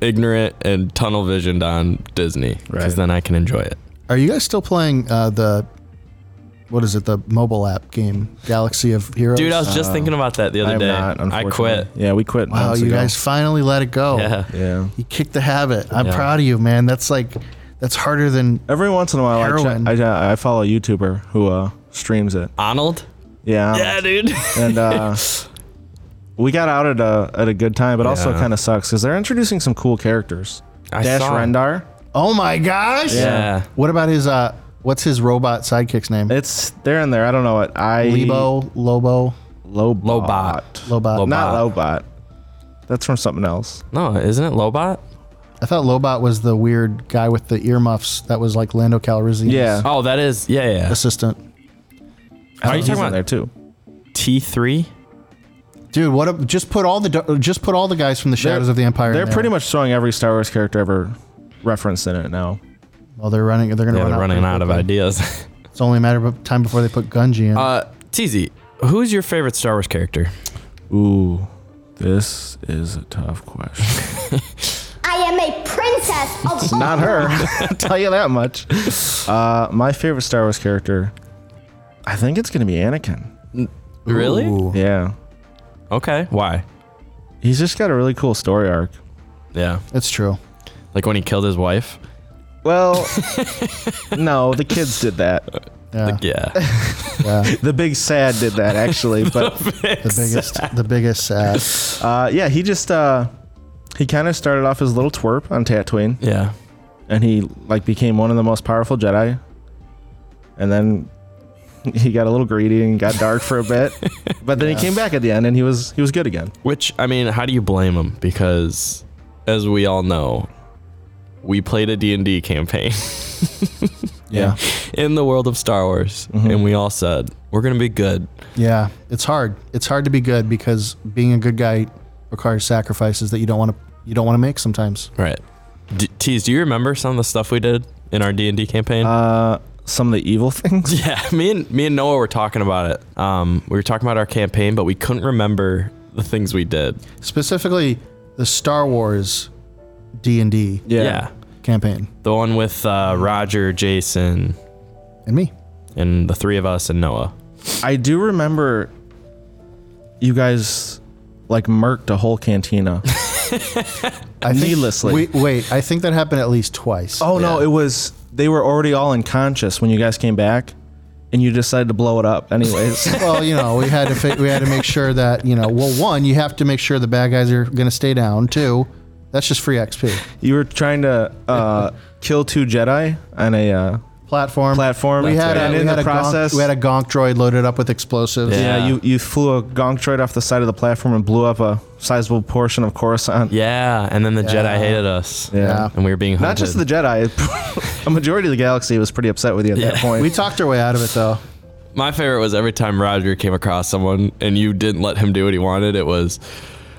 C: ignorant and tunnel visioned on Disney because
F: Right.
C: then I can enjoy it.
E: Are you guys still playing uh, the what is it? The mobile app game, Galaxy of Heroes.
C: Dude, I was just thinking about that the other
F: I'm
C: day.
F: not.
C: I quit.
F: unfortunately. Yeah, we quit.
E: wow, Oh,
F: months
E: you
F: ago.
E: guys finally let it go.
C: Yeah.
F: Yeah.
E: You kicked the habit. I'm
C: Yeah.
E: proud of you, man. That's like that's harder than
F: Every once in a while, I,
E: Heroin.
F: check- I, I follow a YouTuber who uh, streams it.
C: Arnold?
F: Yeah.
C: Yeah, dude.
F: and uh, we got out at a at a good time, but also
C: Yeah.
F: kind of sucks because they're introducing some cool characters.
C: I
F: Dash
C: saw it.
F: Rendar.
E: Oh my gosh!
C: Yeah.
E: What about his uh? What's his robot sidekick's name?
F: It's they're in there. I don't know what I
E: Lebo, Lobo,
F: Lobot.
C: Lobot.
E: Lobot.
C: Lobo.
F: Not Lobot. That's from something else.
C: No, isn't it Lobot?
E: I thought Lobot was the weird guy with the earmuffs that was like Lando Calrissian's
F: Yeah.
C: Oh, that is. Yeah, yeah.
E: assistant.
C: Are you talking
F: He's in
C: about-
F: there too?
C: T3?
E: Dude, what? A, just put all the just put all the guys from the Shadows of the Empire. in
F: They're
E: there.
F: pretty much throwing every Star Wars character ever referenced in it now.
E: Well, they're running. They're gonna
C: Yeah,
E: run
C: they're
E: out
C: running
E: pretty
C: out of
E: quickly.
C: ideas.
E: It's only a matter of time before they put Gunji in.
C: uh, TZ, who's your favorite Star Wars character?
F: Ooh, this is a tough question.
D: I am a princess of
F: Not her. I'll tell you that much. Uh, my favorite Star Wars character, I think it's gonna be Anakin.
C: Really?
E: Ooh.
F: Yeah.
C: Okay. Why?
F: He's just got a really cool story arc.
C: Yeah.
E: It's true.
C: Like when he killed his wife?
F: Well, no, the kids did that.
E: Yeah,
C: Yeah.
E: yeah.
F: The big sad did that actually, but
E: the biggest, the biggest. Uh,
F: uh, yeah, he just uh, he kind of started off as a little twerp on Tatooine,
C: yeah.
F: and he like became one of the most powerful Jedi, and then he got a little greedy and got dark for a bit, but then he came back at the end and he was he was good again.
C: Which I mean, how do you blame him? Because, as we all know, we played a D and D campaign
F: Yeah,
C: in the world of Star Wars, and we all said we're gonna be good.
E: Yeah, it's hard. It's hard to be good because being a good guy requires sacrifices that you don't want to you don't want to make sometimes.
C: Right. D- Tease, do you remember some of the stuff we did in our D and D campaign?
F: uh, some of the evil things.
C: yeah, me and me and Noah were talking about it. Um, we were talking about our campaign, but we couldn't remember the things we did.
E: Specifically, the Star Wars D and D campaign
C: the one with uh, Roger, Jason,
E: and me.
C: and the three of us and Noah.
F: I do remember you guys like murked a whole cantina
E: I think-
F: Needlessly.
E: Wait, wait, I think that happened at least twice.
F: Oh no, it was they were already all unconscious when you guys came back, and you decided to blow it up anyways.
E: well, you know, we had to fi- we had to make sure that you know. Well, one, you have to make sure the bad guys are going to stay down. Two, that's just free XP
F: you were trying to uh, kill two Jedi on a uh,
E: platform.
F: platform.
E: We had, a,
F: and
E: we
F: in
E: had
F: the
E: a gonk-
F: process,
E: we had a gonk droid loaded up with explosives.
C: Yeah.
F: yeah, you you flew a gonk droid off the side of the platform and blew up a sizable portion of Coruscant.
C: Yeah, and then the Jedi hated us.
F: Yeah.
C: and we were being hunted.
F: Not just the Jedi, a majority of the galaxy was pretty upset with you at that
C: Yeah.
F: point.
E: We talked our way out of it though.
C: My favorite was every time Roger came across someone and you didn't let him do what he wanted. It was,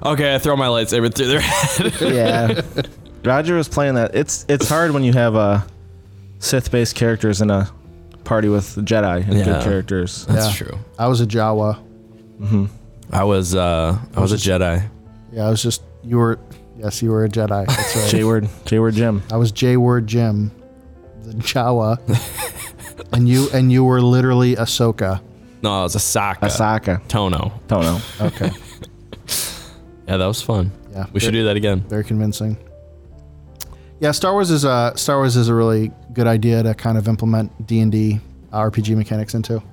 C: okay, I throw my lightsaber through their head.
F: yeah. Roger was playing that. It's it's hard when you have uh, Sith based characters in a party with Jedi and
C: Yeah.
F: good characters.
C: That's
E: Yeah.
C: true.
E: I was a Jawa.
C: I was uh, I was a Jedi.
E: Yeah, I was just you were. Yes, you were a Jedi. That's right.
F: J word, J word, Jim.
E: I was J Word Jim, the Jawa, and you and you were literally Ahsoka.
C: No, I was a Sokka.
F: Asaka.
C: Tono.
F: Don't know.
E: Okay,
C: Yeah, that was fun.
E: Yeah.
C: we should do that again.
E: very convincing. Yeah, Star Wars is a Star Wars is a really good idea to kind of implement D and D RPG mechanics into.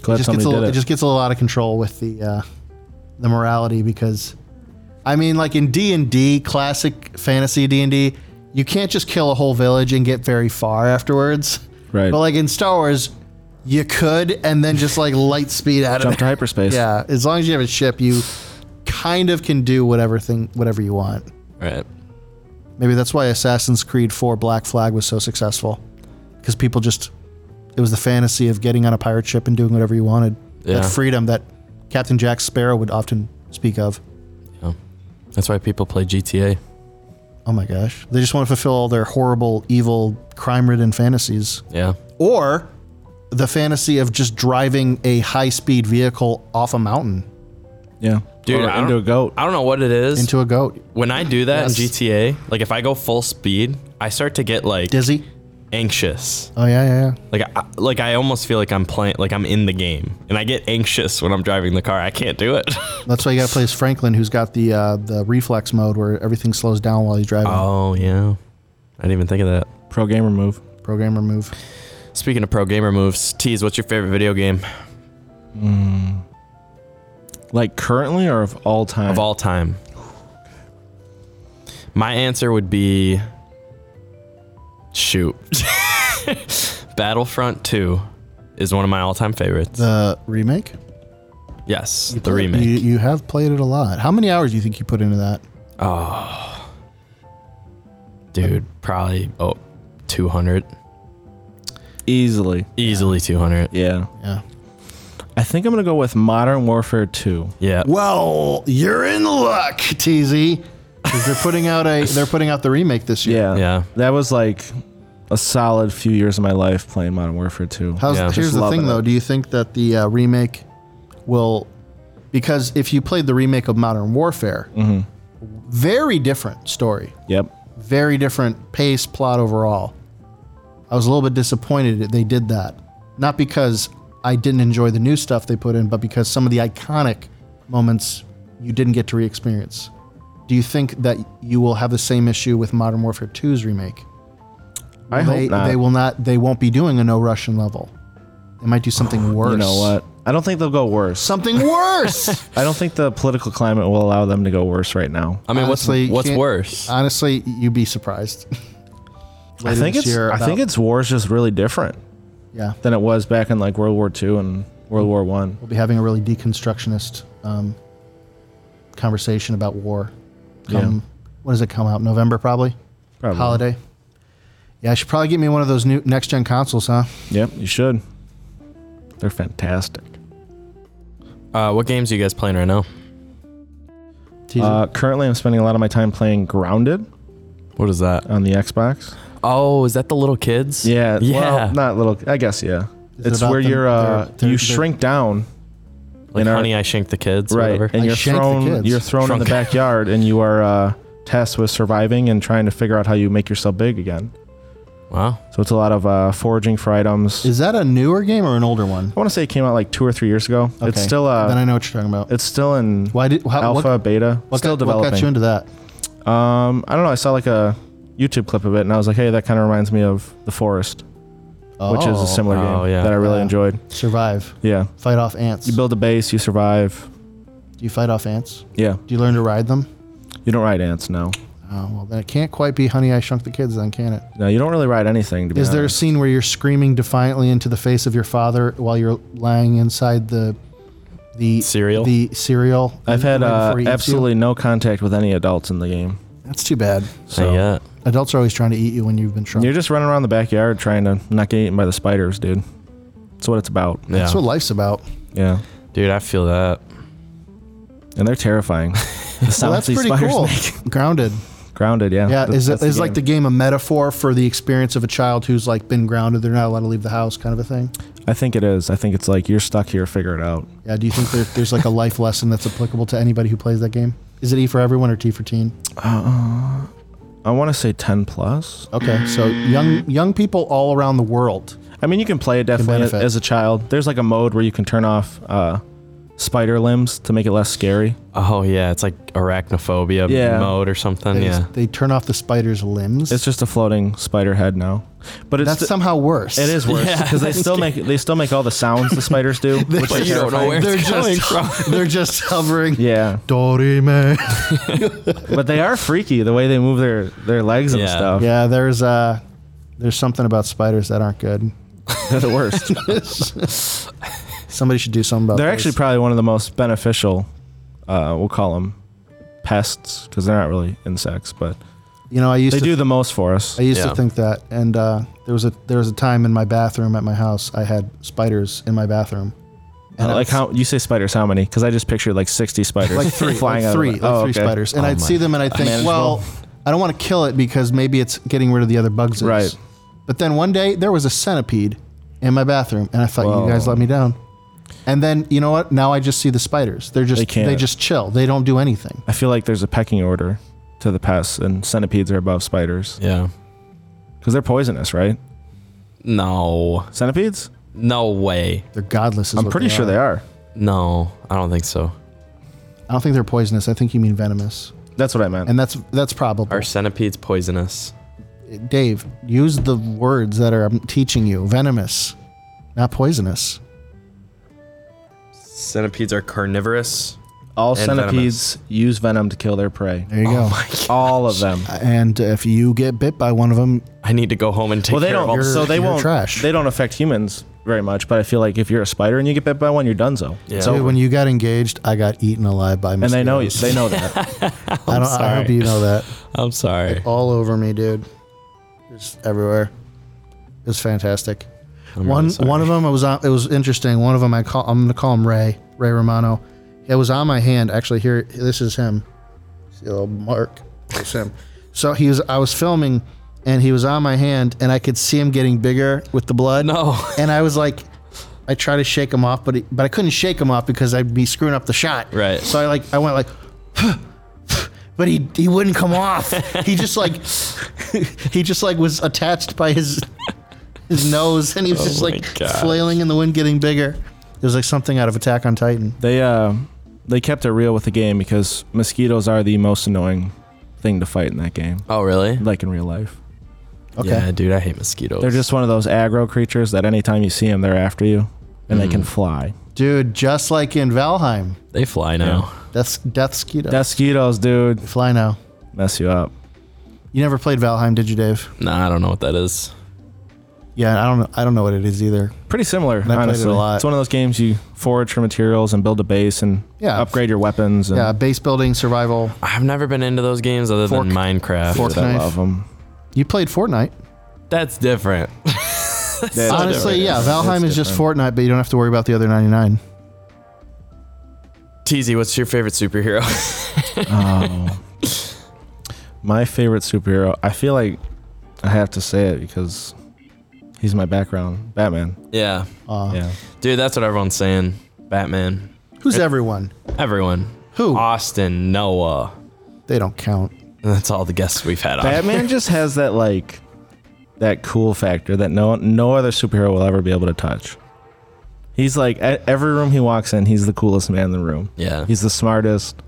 F: Glad
E: just
F: somebody
E: gets a
F: did
E: little,
F: it.
E: it just gets a little out of control with the uh, the morality because I mean like in D and D classic fantasy D and D you can't just kill a whole village and get very far afterwards
F: right.
E: but like in Star Wars you could and then just like light speed out of
F: Jump
E: it
F: to hyperspace.
E: yeah as long as you have a ship you kind of can do whatever thing whatever you want
C: Right.
E: maybe that's why Assassin's Creed 4 Black Flag was so successful because people just it was the fantasy of getting on a pirate ship and doing whatever you wanted.
C: Yeah.
E: That freedom that Captain Jack Sparrow would often speak of.
C: That's why people play GTA.
E: Oh my gosh. They just want to fulfill all their horrible, evil, crime-ridden fantasies
C: Yeah.
E: or the fantasy of just driving a high-speed vehicle off a mountain
F: Yeah.
C: Dude,
F: Or
C: I
F: into
C: don't-
F: a goat.
C: I don't know what it is.
E: into a goat.
C: when I do that in
E: Yes.
C: GTA, like if I go full speed, I start to get like
E: Dizzy?
C: anxious.
E: Oh yeah, yeah, yeah.
C: Like I, like I almost feel like I'm playing like I'm in the game and I get anxious when I'm driving the car. I can't do it.
E: That's why you got to play as Franklin who's got the uh, the reflex mode where everything slows down while he's driving.
C: oh, yeah. I didn't even think of that.
F: Pro gamer move.
E: Programmer move.
C: Speaking of pro gamer moves, Tease, what's your favorite video game
F: Like currently or of all time?
C: of all time? My answer would be shoot. Battlefront 2 is one of my all-time favorites.
E: The remake?
C: yes, the
E: Play-
C: remake.
E: You, E- you have played it a lot. How many hours do you think you put into that?
C: Dude, probably oh 200.
F: Easily.
C: Easily 200.
F: Yeah.
E: Yeah.
F: I think I'm gonna go with Modern Warfare 2.
C: Yeah.
E: Well, you're in luck, TZ. 'Cause they're putting out a they're putting out the remake this year.
F: Yeah.
C: Yeah.
F: That was like a solid few years of my life playing Modern Warfare 2.
E: How's,
C: Yeah.
E: here's
F: Just
E: the
F: loving
E: thing, though.
F: it.
E: Do you think that the uh, remake will? Because if you played the remake of Modern Warfare,
F: Mm-hmm.
E: very different story,
F: Yep.
E: very different pace, plot overall. I was a little bit disappointed that they did that, not because I didn't enjoy the new stuff they put in, but because some of the iconic moments you didn't get to re-experience. Do you think that you will have the same issue with Modern Warfare 2's remake?
F: I
E: they,
F: hope not.
E: They will not. They won't be doing a no Russian level. They might do something worse.
F: You know what? I don't think they'll go worse.
E: Something worse.
F: I don't think the political climate will allow them to go worse right now.
C: I mean,
E: Honestly, you
C: what's what's
E: can't-
C: worse?
E: Honestly, you'd be surprised.
F: I
E: Later
F: think
E: this
F: it's
E: year
F: I think
E: about-
F: it's war is just really different
E: yeah.
F: than it was back in like World War II and World War One.
E: We'll be having a really deconstructionist um, conversation about war. Come, When does it come out? November probably.
F: Um, Probably.
E: Holiday. Yeah, I should probably get me one of those new next gen consoles, huh?
F: Yep, you should. They're fantastic.
C: Uh, what games are you guys playing right now?
E: Teaser.
F: Uh, currently, I'm spending a lot of my time playing Grounded
C: What is that?
F: on the Xbox.
C: Oh, is that the little kids?
F: Yeah,
C: Yeah.
F: Well, not little. I guess yeah.
E: Is it
F: it's
E: about
F: where
E: them-
F: you're uh,
E: they're- they're- they're-
F: you shrink down,
C: like
F: in our-
C: Honey, I Shanked the Kids.
F: right,
C: Whatever.
F: and
E: I
F: you're
E: shank the
F: thrown
E: kids.
F: you're thrown in the
C: Shrunk.
F: backyard, and you are uh, tasked with surviving and trying to figure out how you make yourself big again.
C: Wow.
F: So it's a lot of uh, foraging for items.
E: Is that a newer game or an older one?
F: I want to say it came out like two or three years ago. It's
E: Okay.
F: still uh,
E: Then I know what you're talking about.
F: it's still in
E: Why did- how- what-
F: alpha beta.
E: what,
F: still
E: got,
F: developing.
E: what got you into that?
F: Um, I don't know. I saw like a YouTube clip of it, and I was like, "Hey, that kind of reminds me of The Forest," which is
E: Oh,
F: a similar
C: Oh,
F: game
C: yeah.
F: that I really
E: Yeah.
F: enjoyed.
E: survive,
F: Yeah,
E: fight off ants.
F: you
E: Do
F: build a base, you survive.
E: you fight off ants?
F: Yeah,
E: Do you learn to ride them?
F: you don't ride ants. No,
E: Oh, well, then it can't quite be Honey, I Shrunk the Kids, then, can it?
F: no, you don't really ride anything. To be
E: Is there a
F: honest.
E: scene where you're screaming defiantly into the face of your father while you're lying inside the the
C: Cereal?
E: The cereal.
F: I've had
E: right
F: uh,
E: before he eats you?
F: absolutely no contact with any adults in the game.
E: That's too bad.
F: So
C: yeah.
E: Adults are always trying to eat you when you've been shrunk.
F: you're just running around the backyard trying to not get eaten by the spiders, dude. That's what it's about.
E: That's what life's about.
F: Yeah,
C: Dude, I feel that.
F: and they're terrifying. The sounds
E: Well, that's
F: these
E: pretty
F: spiders
E: cool.
F: make.
E: Grounded.
F: Grounded. Yeah.
E: Yeah,
F: That-
E: is it
F: that's
E: is like the
F: game.
E: game a metaphor for the experience of a child who's like been grounded? They're not allowed to leave the house, kind of a thing.
F: I think it is. I think it's like you're stuck here. Figure it out.
E: Yeah. Do you think there, there's like a life lesson that's applicable to anybody who plays that game? Is it E for everyone or T for teen?
F: I want to say 10 plus.
E: Okay, so young young people all around the world.
F: I mean, you can play it definitely
E: benefit.
F: as a child. There's like a mode where you can turn off uh, spider limbs to make it less scary.
C: Oh yeah, it's like arachnophobia
F: Yeah.
C: mode or something.
E: They,
C: Yeah.
E: they turn off the spider's limbs.
F: It's just a floating spider head now, but it's
E: that's somehow worse.
F: it is worse because they still make they still make all the sounds the spiders do. which
C: But
F: is
C: you don't know
F: terrifying.
C: where
E: They're
C: it's coming
E: just
C: from.
E: they're just hovering.
F: Yeah,
E: Dory man.
F: but they are freaky the way they move their their legs and
C: Yeah.
F: stuff.
E: Yeah, there's uh there's something about spiders that aren't good.
F: They're the worst.
E: Somebody should do something about.
F: they're
E: those.
F: actually probably one of the most beneficial. Uh, we'll call them pests because they're not really insects, but
E: you know I used
F: they
E: to
F: do the most for us.
E: I used
C: Yeah.
E: to think that, and uh, there was a there was a time in my bathroom at my house I had spiders in my bathroom.
F: Uh,
E: I
F: like
E: was-
F: how you say spiders? How many? Because I just pictured like sixty spiders,
E: like three,
F: flying
E: like
F: out.
E: three,
F: of
E: like
F: the- oh,
E: three
F: okay.
E: spiders, and
C: Oh
E: I'd
C: my.
E: see them and I think,
F: Manageable.
E: well, I don't want to kill it because maybe it's getting rid of the other bugs. it is."
F: Right.
E: But then one day there was a centipede in my bathroom, and I thought
F: Whoa.
E: you guys let me down. And then you know what? Now I just see the spiders. They're just
F: They
E: they,
F: can't.
E: just chill. They don't do anything.
F: I feel like there's a pecking order to the pests, and centipedes are above spiders
C: Yeah.
F: because they're poisonous, right?
C: No.
F: Centipedes?
C: No way.
E: They're godless. Is
F: I'm pretty sure they are.
C: No. I don't think so.
E: I don't think they're poisonous. I think you mean venomous,
F: That's what I meant.
E: and that's that's probable.
C: Are centipedes poisonous?
E: Dave, use the words that are I'm teaching you. Venomous, not poisonous.
C: Centipedes are carnivorous.
F: All
C: and venomous.
F: centipedes use venom to kill their prey.
E: There you go.
F: All of them.
E: And if you get bit by one of them,
C: I need to go home and take
F: Well, they
C: care of
F: don't.
C: all
E: You're-
F: so they
E: you're
F: won't.
E: trash.
F: They don't affect humans very much. But I feel like if you're a spider and you get bit by one, you're donezo.
C: Yeah.
F: So,
E: when you got engaged, I got eaten alive by
F: and
E: mosquitoes.
F: they know you. They know that.
E: I, don't, I
C: sorry.
E: hope you know that.
C: I'm sorry.
E: All over me, dude. Just everywhere. It was fantastic. one
C: sorry.
E: one of them I was on, it was interesting. One of them I call I'm gonna call him Ray Ray Romano. It was on my hand actually. Here this is him. See a little mark. It's him. So he was I was filming and he was on my hand and I could see him getting bigger with the blood.
C: No.
E: And I was like. I tried to shake him off, but he, but I couldn't shake him off because I'd be screwing up the shot.
C: Right.
E: So I like I went like, but he he wouldn't come off. he just like he just like was attached by his his nose and he was just
C: Oh my
E: like
C: gosh.
E: flailing in the wind getting bigger it was like something out of attack on titan
F: They uh, they kept it real with the game because mosquitoes are the most annoying thing to fight in that game,
C: Oh really?
F: like in real life.
E: okay
C: Yeah, dude. I hate mosquitoes.
F: They're just one of those aggro creatures that anytime you see them, they're after you, and
E: Mm.
F: they can fly.
E: dude just like in valheim
C: They fly now.
E: that's death skeeto
F: Mosquitoes, dude,
E: fly now
F: mess you up.
E: you never played valheim did you dave
C: Nah, I don't know what that is.
E: yeah i don't know i don't know what it is either
F: Pretty similar,
E: I played it
F: honestly.
E: a lot.
F: It's one of those games you forage for materials and build a base and
E: Yeah.
F: upgrade your weapons. And
E: yeah base building survival
C: I've never been into those games other
E: Fork-
C: than Minecraft.
E: fork
F: I
E: knife
F: love them.
E: you played fortnite
C: That's different.
E: honestly yeah valheim is
F: It's
E: just fortnite but you don't have to worry about the other 99
C: TZ, what's your favorite superhero?
F: Oh. My favorite superhero. I feel like I have to say it because he's my background. Batman.
C: yeah.
F: yeah.
C: Dude, that's what everyone's saying. Batman.
E: who's everyone
C: Everyone.
E: who
C: Austin, Noah.
E: they don't count
C: That's all the guests we've had on.
F: Batman just has that like that cool factor that no no other superhero will ever be able to touch. He's like at every room he walks in, he's the coolest man in the room.
C: Yeah.
F: He's the smartest.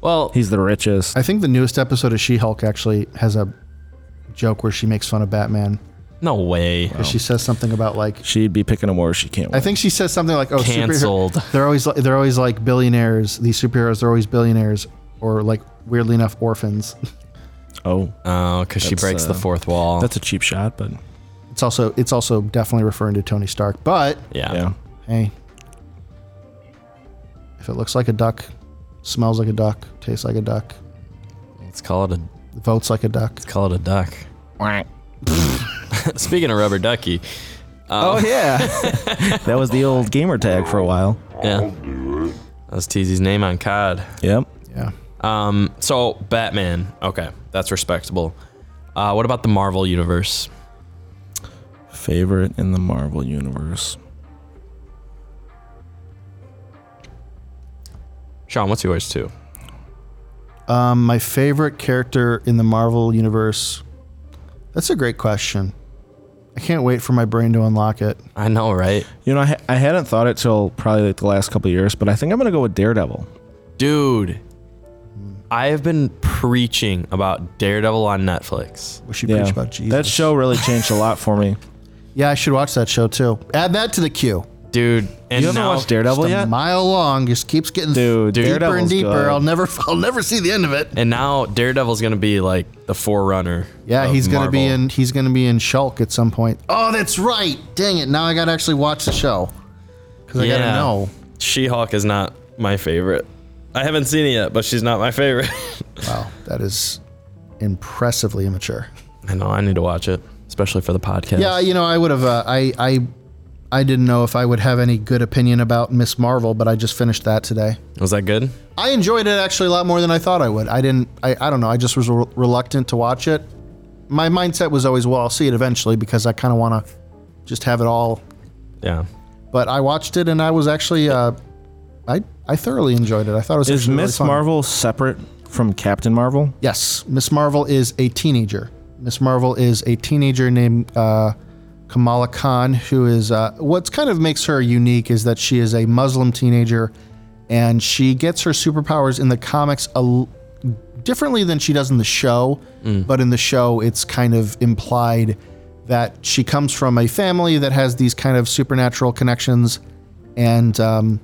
C: Well,
F: He's the richest.
E: I think the newest episode of She Hulk actually has a joke where she makes fun of Batman.
C: no way.
E: She says something about like
F: She'd be picking a war she can't. Win.
E: I think she says something like, "Oh, superhero-
C: Canceled.
E: They're always like, they're always like billionaires. These superheroes they're always billionaires, or like weirdly enough, orphans.
F: Oh,
C: Oh, because she
F: That's,
C: breaks the
F: uh,
C: fourth wall.
F: that's a cheap shot, but
E: It's also it's also definitely referring to Tony Stark. But
C: yeah.
F: yeah.
E: hey, if it looks like a duck, smells like a duck, tastes like a duck,
C: Let's call it a
E: votes like a duck.
C: let's call it a duck. Speaking of rubber ducky,
F: Oh yeah, that was the old gamer tag for a while.
C: yeah, that was TZ's name on COD.
F: Yep.
E: Yeah,
C: Um, so Batman. Okay, that's respectable. Uh, what about the Marvel universe?
F: Favorite in the Marvel universe.
C: Sean, what's yours too?
E: um, my favorite character in the Marvel universe. That's a great question. I can't wait for my brain to unlock it.
C: I know, right?
F: You know, I, ha- I hadn't thought it till probably like the last couple of years, but I think I'm gonna go with Daredevil.
C: Dude, I have been preaching about Daredevil on Netflix.
E: Wish you preach about Jesus.
F: That show really changed a lot for me.
E: yeah, I should watch that show too. Add that to the queue.
C: Dude, and
F: You haven't
C: now,
F: watched Daredevil
E: Just a
F: yet?
E: mile long, just keeps getting
F: Dude,
E: deeper
F: Daredevil's
E: and deeper.
F: good.
E: I'll never, I'll never see the end of it.
C: and now Daredevil's gonna be like the forerunner.
E: Yeah,
C: of
E: he's gonna be
C: Marvel.
E: in, he's gonna be in Shulk at some point. Oh, that's right. Dang it! Now I gotta actually watch the show because I gotta
C: Yeah.
E: know.
C: She-Hulk is not my favorite. I haven't seen it yet, but she's not my favorite.
E: Wow, that is impressively immature.
C: I know I need to watch it, especially for the podcast.
E: Yeah, you know, I would have. Uh, I, I, I didn't know if I would have any good opinion about Miss Marvel, but I just finished that today.
C: was that good?
E: I enjoyed it actually a lot more than I thought I would. I didn't. I, I don't know. I just was re- reluctant to watch it. My mindset was always, well, I'll see it eventually because I kind of want to just have it all.
C: Yeah.
E: But I watched it and I was actually, uh, I I thoroughly enjoyed it. I thought it was
F: Is
E: actually really
F: Miss
E: fun.
F: Marvel separate from Captain Marvel?
E: Yes, Miss Marvel is a teenager. Miss Marvel is a teenager named uh, Kamala Khan, who is uh, what's kind of makes her unique is that she is a Muslim teenager, and she gets her superpowers in the comics a l- differently than she does in the show. But in the show, it's kind of implied that she comes from a family that has these kind of supernatural connections, and um,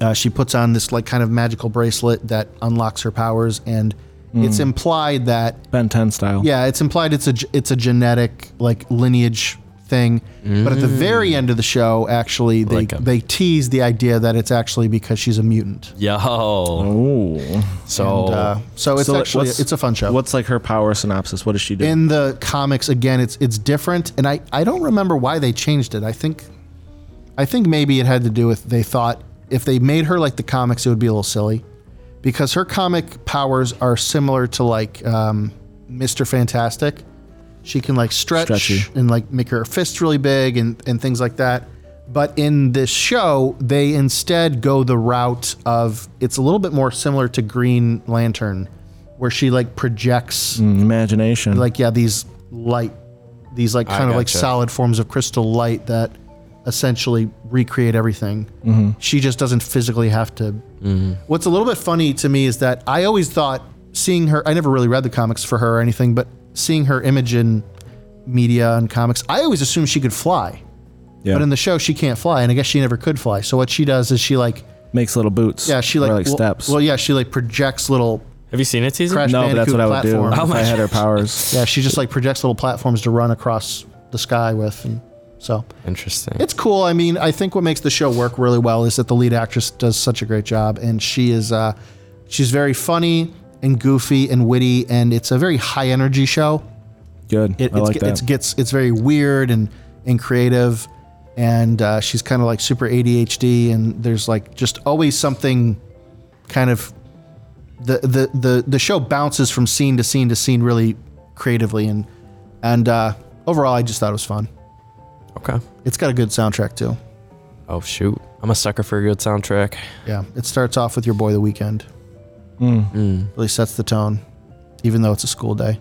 E: uh, she puts on this like kind of magical bracelet that unlocks her powers, and
F: Hmm.
E: it's implied that
F: Ben 10 style.
E: yeah, it's implied it's a g- it's a genetic like lineage thing. But at the
F: Hmm.
E: very end of the show, actually, they
C: Like a-
E: they tease the idea that it's actually because she's a mutant.
C: Yo.
F: Ooh.
C: So
E: And, uh, so it's
F: So
E: actually
F: what's-
E: it's a fun show.
F: What's like her power synopsis? What does she do?
E: in the comics again it's it's different and I, I don't remember why they changed it. I think I think maybe it had to do with they thought if they made her like the comics it would be a little silly because her comic powers are similar to like um, Mr. Fantastic. She can like stretch
F: Stretchy.
E: and like make her fist really big and and things like that. But in this show, they instead go the route of it's a little bit more similar to Green Lantern where she like projects
F: Imagination.
E: like yeah these light these like kind of like
C: gotcha.
E: solid forms of crystal light that essentially recreate everything
F: Mm-hmm.
E: she just doesn't physically have to what's a little bit funny to me is that i always thought seeing her i never really read the comics for her or anything but seeing her image in media and comics i always assumed she could fly
F: yeah.
E: but in the show she can't fly and i guess she never could fly so what she does is she like
F: makes little boots.
E: yeah she
F: or,
E: like, well-
F: steps.
E: well yeah she like projects little
C: have you seen it, TZ?
E: Crash-
F: no, but that's
E: Bandicoot
F: what I would
E: platform.
F: do
E: Oh
F: if
C: my
F: I had her powers.
E: yeah she just like projects little platforms to run across the sky with and so
C: Interesting.
E: It's cool. I mean, I think what makes the show work really well is that the lead actress does such a great job, and she is uh, she's very funny and goofy and witty, and it's a very high energy show.
F: Good.
E: It,
F: I
E: it's,
F: like that.
E: it's gets it's very weird and and creative, and uh, she's kind of like super ADHD, and there's like just always something kind of the the the the show bounces from scene to scene to scene really creatively, and and uh, overall, I just thought it was fun.
C: okay.
E: It's got a good soundtrack too.
C: Oh shoot. I'm a sucker for a good soundtrack.
E: Yeah, it starts off with your boy the weekend.
C: Mm.
E: Really sets the tone, even though it's a school day.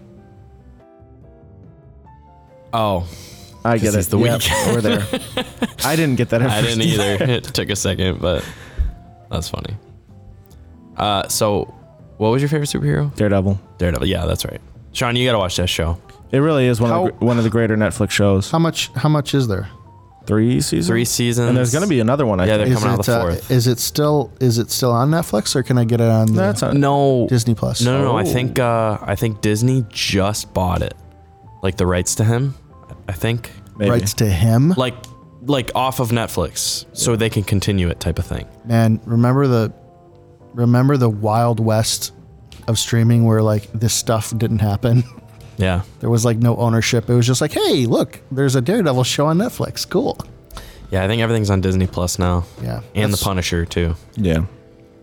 C: Oh,
F: I get it.
C: he's the
F: Yep,
C: weak.
F: we're there. I didn't get that. At
C: I
F: first
C: didn't either. it took a second, but that's funny. Uh, so what was your favorite superhero?
F: Daredevil.
C: Daredevil. Yeah, that's right. Sean, you gotta watch that show.
F: It really is one of the,
E: How-
F: gr- one of the greater Netflix shows.
E: How much? How much is there?
F: Three seasons.
C: Three seasons.
F: And there's gonna be another one. I
C: Yeah,
F: yeah,
C: they're
F: think.
E: Is
C: coming out
E: it,
C: the
E: uh,
C: fourth.
E: is it still? Is it still on Netflix, or can I get it on? the-
F: That's not,
C: no
E: Disney Plus.
C: No, no, no. I
F: Oh.
C: think uh, I think Disney just bought it, like the rights to him. I think
F: maybe.
E: rights to him.
C: like like off of Netflix, so they can continue it, type of thing.
E: Man, remember the, remember the wild west of streaming where like this stuff didn't happen.
C: Yeah.
E: There was like no ownership. It was just like, hey, look, there's a Daredevil show on Netflix. Cool.
C: Yeah, I think everything's on Disney Plus now.
E: Yeah,
C: And the
E: that's-
C: Punisher too.
F: Yeah.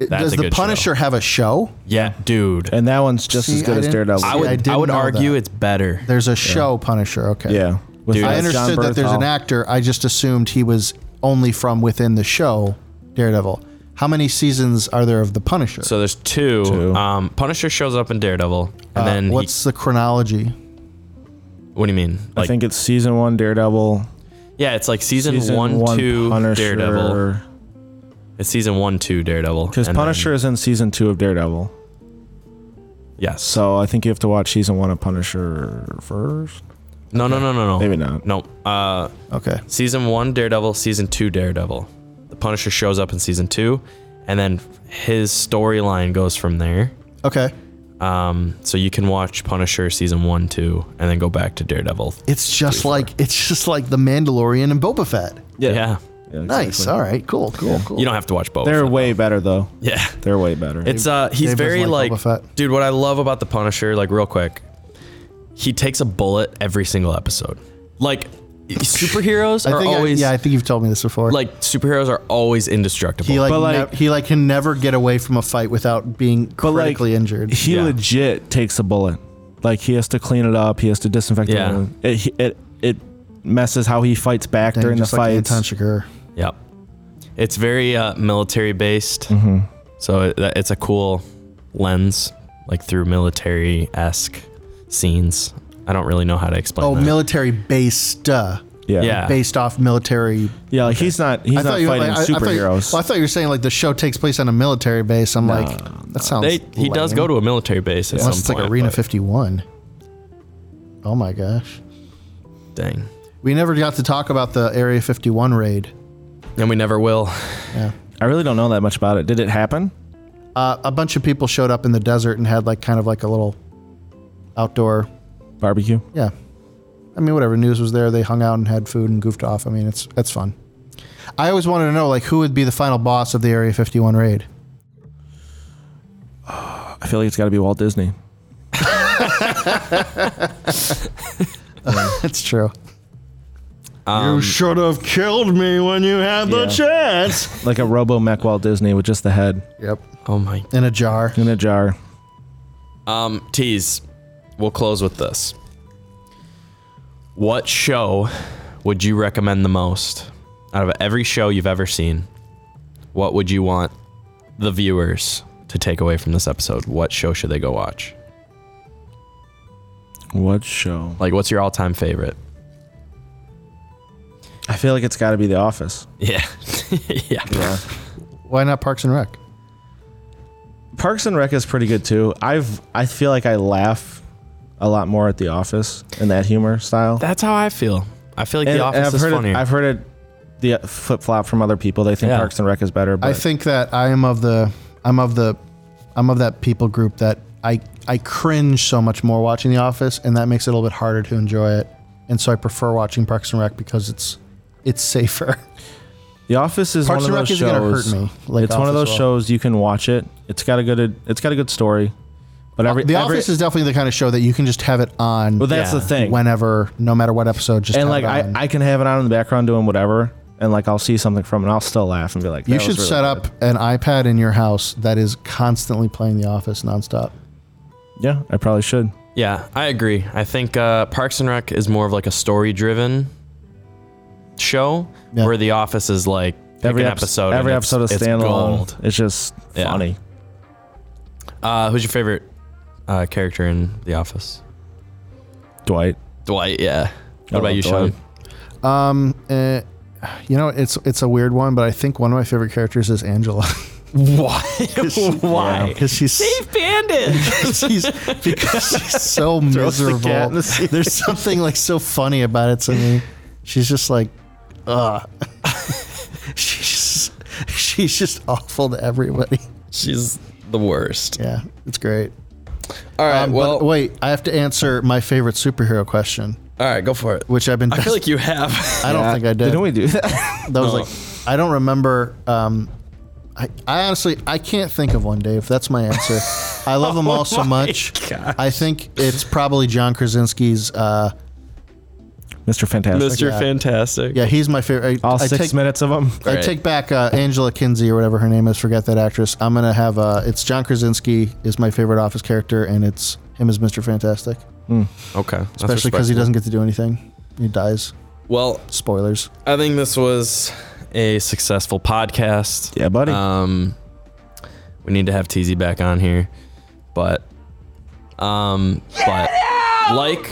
E: It-
C: That's
E: Does
C: a
E: the
C: good show.
E: Punisher have a show?
C: Yeah, dude.
F: And that one's just
E: See,
F: as good
E: I
F: as
E: didn't-
F: Daredevil.
E: I
C: I would
E: I didn't
C: I, would
E: know
C: argue
E: that.
C: it's better.
E: There's a show Punisher. Okay.
F: yeah. With,
C: Dude.
F: uh,
E: I
C: That's
F: John
E: understood that there's an
F: Bernthal.
E: actor. I just assumed he was only from within the show Daredevil. How many seasons are there of the Punisher?
C: So there's two.
F: Two.
C: Um, Punisher shows up in Daredevil, and
E: Uh,
C: then he-
E: what's the chronology?
C: what do you mean? Like
F: I think it's season one Daredevil.
C: yeah, it's like season,
F: Season
C: one, two,
F: Punisher.
C: Daredevil. It's season one, two, Daredevil.
F: Because
C: and then-
F: Punisher is in season two of Daredevil.
C: yes.
F: So I think you have to watch season one of Punisher first.
C: No, no, no, no, no.
F: Maybe not.
C: No. Uh,
E: Okay.
C: season one, Daredevil. Season two, Daredevil. The Punisher shows up in season two, and then his storyline goes from there.
E: Okay.
C: Um, so you can watch Punisher season one, two, and then go back to Daredevil.
E: It's just like it's just like the Mandalorian and Boba Fett.
C: Yeah.
F: Yeah,
E: Nice.
F: exactly.
E: All right. Cool. Cool. Cool.
C: You don't have to watch both.
F: They're way better though.
C: yeah.
F: They're way better.
C: It's uh he's
E: Dave doesn't
C: very
E: like
C: like,
E: Boba Fett.
C: dude, what I love about the Punisher, like real quick, he takes a bullet every single episode. Like superheroes
E: I
C: are
E: think I-
C: always
E: yeah, I think you've told me this before.
C: like superheroes are always indestructible.
E: he like,
F: But, like-
E: nev- he like can never get away from a fight without being
F: But, like,
E: critically injured.
F: He
C: Yeah.
F: legit takes a bullet. Like he has to clean it up. He has to disinfect
C: Yeah.
F: it. It, it. it messes how he fights back
E: Dang,
F: during the
E: just like
F: fights.
E: Anton Chigurh.
C: Yep. It's very uh, military based.
E: Mm-hmm.
C: So it, that- it's a cool lens, like through military esque scenes. I don't really know how to explain.
E: Oh,
C: that. Ah.
E: military based. Uh,
F: yeah.
C: Yeah.
E: Based off military
F: Yeah, like he's not he's not
E: were-
F: fighting
E: I- I thought you-
F: superheroes.
E: well, I thought you were saying like the show takes place on a military base. I'm like, that sounds.
C: They, he does
E: lame.
C: go to a military base at
E: Unless
C: some
E: it's like
C: point,
E: Arena
C: but
E: 51. Oh my gosh,
C: Dang.
E: we never got to talk about the Area 51 raid.
C: And we never will.
F: I really don't know that much about it. Did it happen?
E: Uh, a bunch of people showed up in the desert and had like kind of like a little outdoor.
F: Barbecue.
E: Yeah, I mean whatever news was there, they hung out and had food and goofed off. I mean it's that's fun. I always wanted to know like who would be the final boss of the Area 51 raid.
F: I feel like it's got to be Walt Disney.
E: That's true.
C: Um,
E: should have killed me when you had
F: the Yeah.
E: chance.
F: Like a Robo Mech Walt Disney with just the head
E: Yep.
C: oh my
E: In a jar.
F: in a jar.
C: Um, tease. We'll close with this. What show would you recommend the most out of every show you've ever seen? What would you want the viewers to take away from this episode? What show should they go watch?
F: What show?
C: Like, what's your all-time favorite?
F: I feel like it's got to be The Office.
C: Yeah, yeah.
E: Why not Parks and Rec?
F: Parks and Rec is pretty good too. I've I feel like I laugh a lot more at The Office in that humor style.
C: That's how I feel. I feel like
F: And-
C: The
F: and
C: Office
F: I've
C: is
F: heard
C: funnier.
F: It, I've heard it the flip flop from other people. They think
C: Yeah.
F: Parks and Rec is better, but
E: I think that I am of the I'm of the I'm of that people group that I I cringe so much more watching The Office and that makes it a little bit harder to enjoy it. And so I prefer watching Parks and Rec because it's it's safer.
F: The Office is
E: Parks
F: one
E: and
F: of
E: Rec
F: those
E: isn't gonna hurt
F: shows.
E: me, like
F: it's one
E: Office
F: of those
E: will.
F: shows you can watch it. It's got a good it's got a good story, but every
E: The
F: every-
E: Office is definitely the kind of show that you can just have it on
F: well that's
C: Yeah.
F: the thing.
E: whenever, no matter what episode. Just
F: and
E: have
F: like
E: it
F: I,
E: on.
F: I can have it on in the background doing whatever, and like I'll see something from it, and I'll still laugh and be like,
E: you
F: "That was
E: should
F: really
E: set
F: good."
E: up an iPad in your house that is constantly playing The Office nonstop.
F: Yeah, I probably should.
C: yeah, I agree. I think uh, Parks and Rec is more of like a story-driven show,
E: Yeah.
C: where The Office is like pick an
F: epis-
C: episode.
F: every
C: and
F: episode
C: it's,
F: is
C: it's
F: standalone.
C: gold.
F: It's just
C: Yeah.
F: funny.
C: Uh, who's your favorite uh, character in The Office?
F: Dwight.
C: Dwight. Yeah. What
E: Oh,
C: about you, Sean?
F: Delayed.
E: Eh, you know, it's it's a weird one, but I think one of my favorite characters is Angela
C: Why? Why?
E: because she's
C: banned it.
E: she's because she's so miserable.
F: cat in the sea.
E: There's something like so funny about it to me. She's just like, ugh. she's just, she's just awful to everybody.
C: She's the worst.
E: Yeah, it's great.
C: All
F: Uh,
C: right.
E: Um,
C: well,
E: but wait, I have to answer my favorite superhero question,
C: all right. Go for it.
E: which I've been.
C: I feel like you have.
E: I don't think I did.
F: Didn't we do that?
E: that was like I don't remember. Um, I, I honestly I can't think of one, Dave. That's my answer. I love them all
C: Oh
E: so much. I think it's probably John Krasinski's. Uh,
F: Mr. Fantastic.
C: Mr.
E: Yeah.
C: Fantastic.
E: yeah, he's my favorite. I,
F: All
E: I
F: six
E: take,
F: minutes of them.
E: I
C: Right.
E: take back uh, Angela Kinsey or whatever her name is. Forget that actress. I'm gonna have uh, it's John Krasinski is my favorite Office character, and it's him as Mr. Fantastic,
C: Okay. that's
E: especially because he
C: respectable.
E: doesn't get to do anything. He dies.
C: Well,
E: Spoilers.
C: I think this was a successful podcast.
F: Yeah, buddy.
C: Um, we need to have TZ back on here, but um, but like,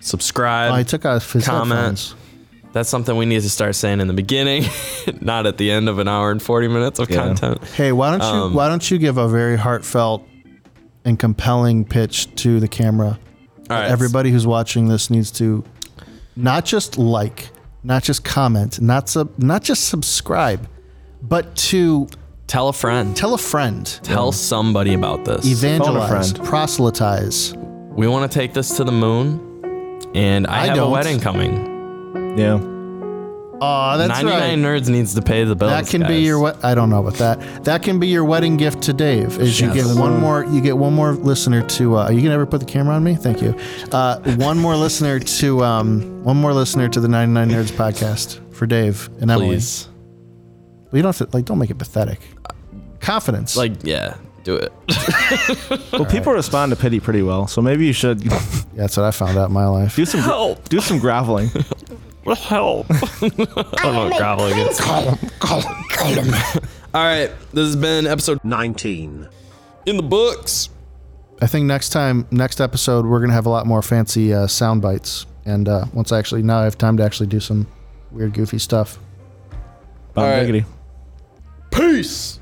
C: subscribe.
E: I Oh, took off his
C: Comment.
E: headphones.
C: That's something we need to start saying in the beginning, not at the end of an hour and forty minutes of content.
E: Hey, why don't you
C: Um,
E: why don't you give a very heartfelt and compelling pitch to the camera?
C: All right,
E: Everybody who's watching this needs to not just like, not just comment, not sub, not just subscribe, but to
C: Tell a friend.
E: tell a friend,
C: Tell somebody about this.
E: evangelize,
F: friend.
E: proselytize.
C: We want to take this to the moon, and I,
E: I
C: have
E: don't.
C: a wedding coming.
F: yeah.
E: Oh, that's right.
C: Ninety-nine nerds needs to pay the bills.
E: that can be
C: guys.
E: your what? I don't know about that. That can be your wedding gift to Dave. Is you get one more, you get one more listener to. Uh, are you gonna ever put the camera on me? Thank you. Uh, one more listener to, um, one more listener to the 99 Nerds podcast for Dave and Emily.
C: please.
E: Well, you don't have to like. Don't make it pathetic. Confidence.
C: Like, yeah, do it.
F: Well, people respond to pity pretty well, so maybe you should do
E: Yeah, that's what I found out in my life.
F: some do some groveling.
C: Help.
D: I am a
C: groveling.
D: princess.
C: All right, this has been episode
B: 19.
C: in the books.
E: I think next time, next episode, we're gonna have a lot more fancy uh, sound bites. And uh, once I actually now I have time to actually do some weird, goofy stuff.
F: All
C: right.
F: right.
C: Peace.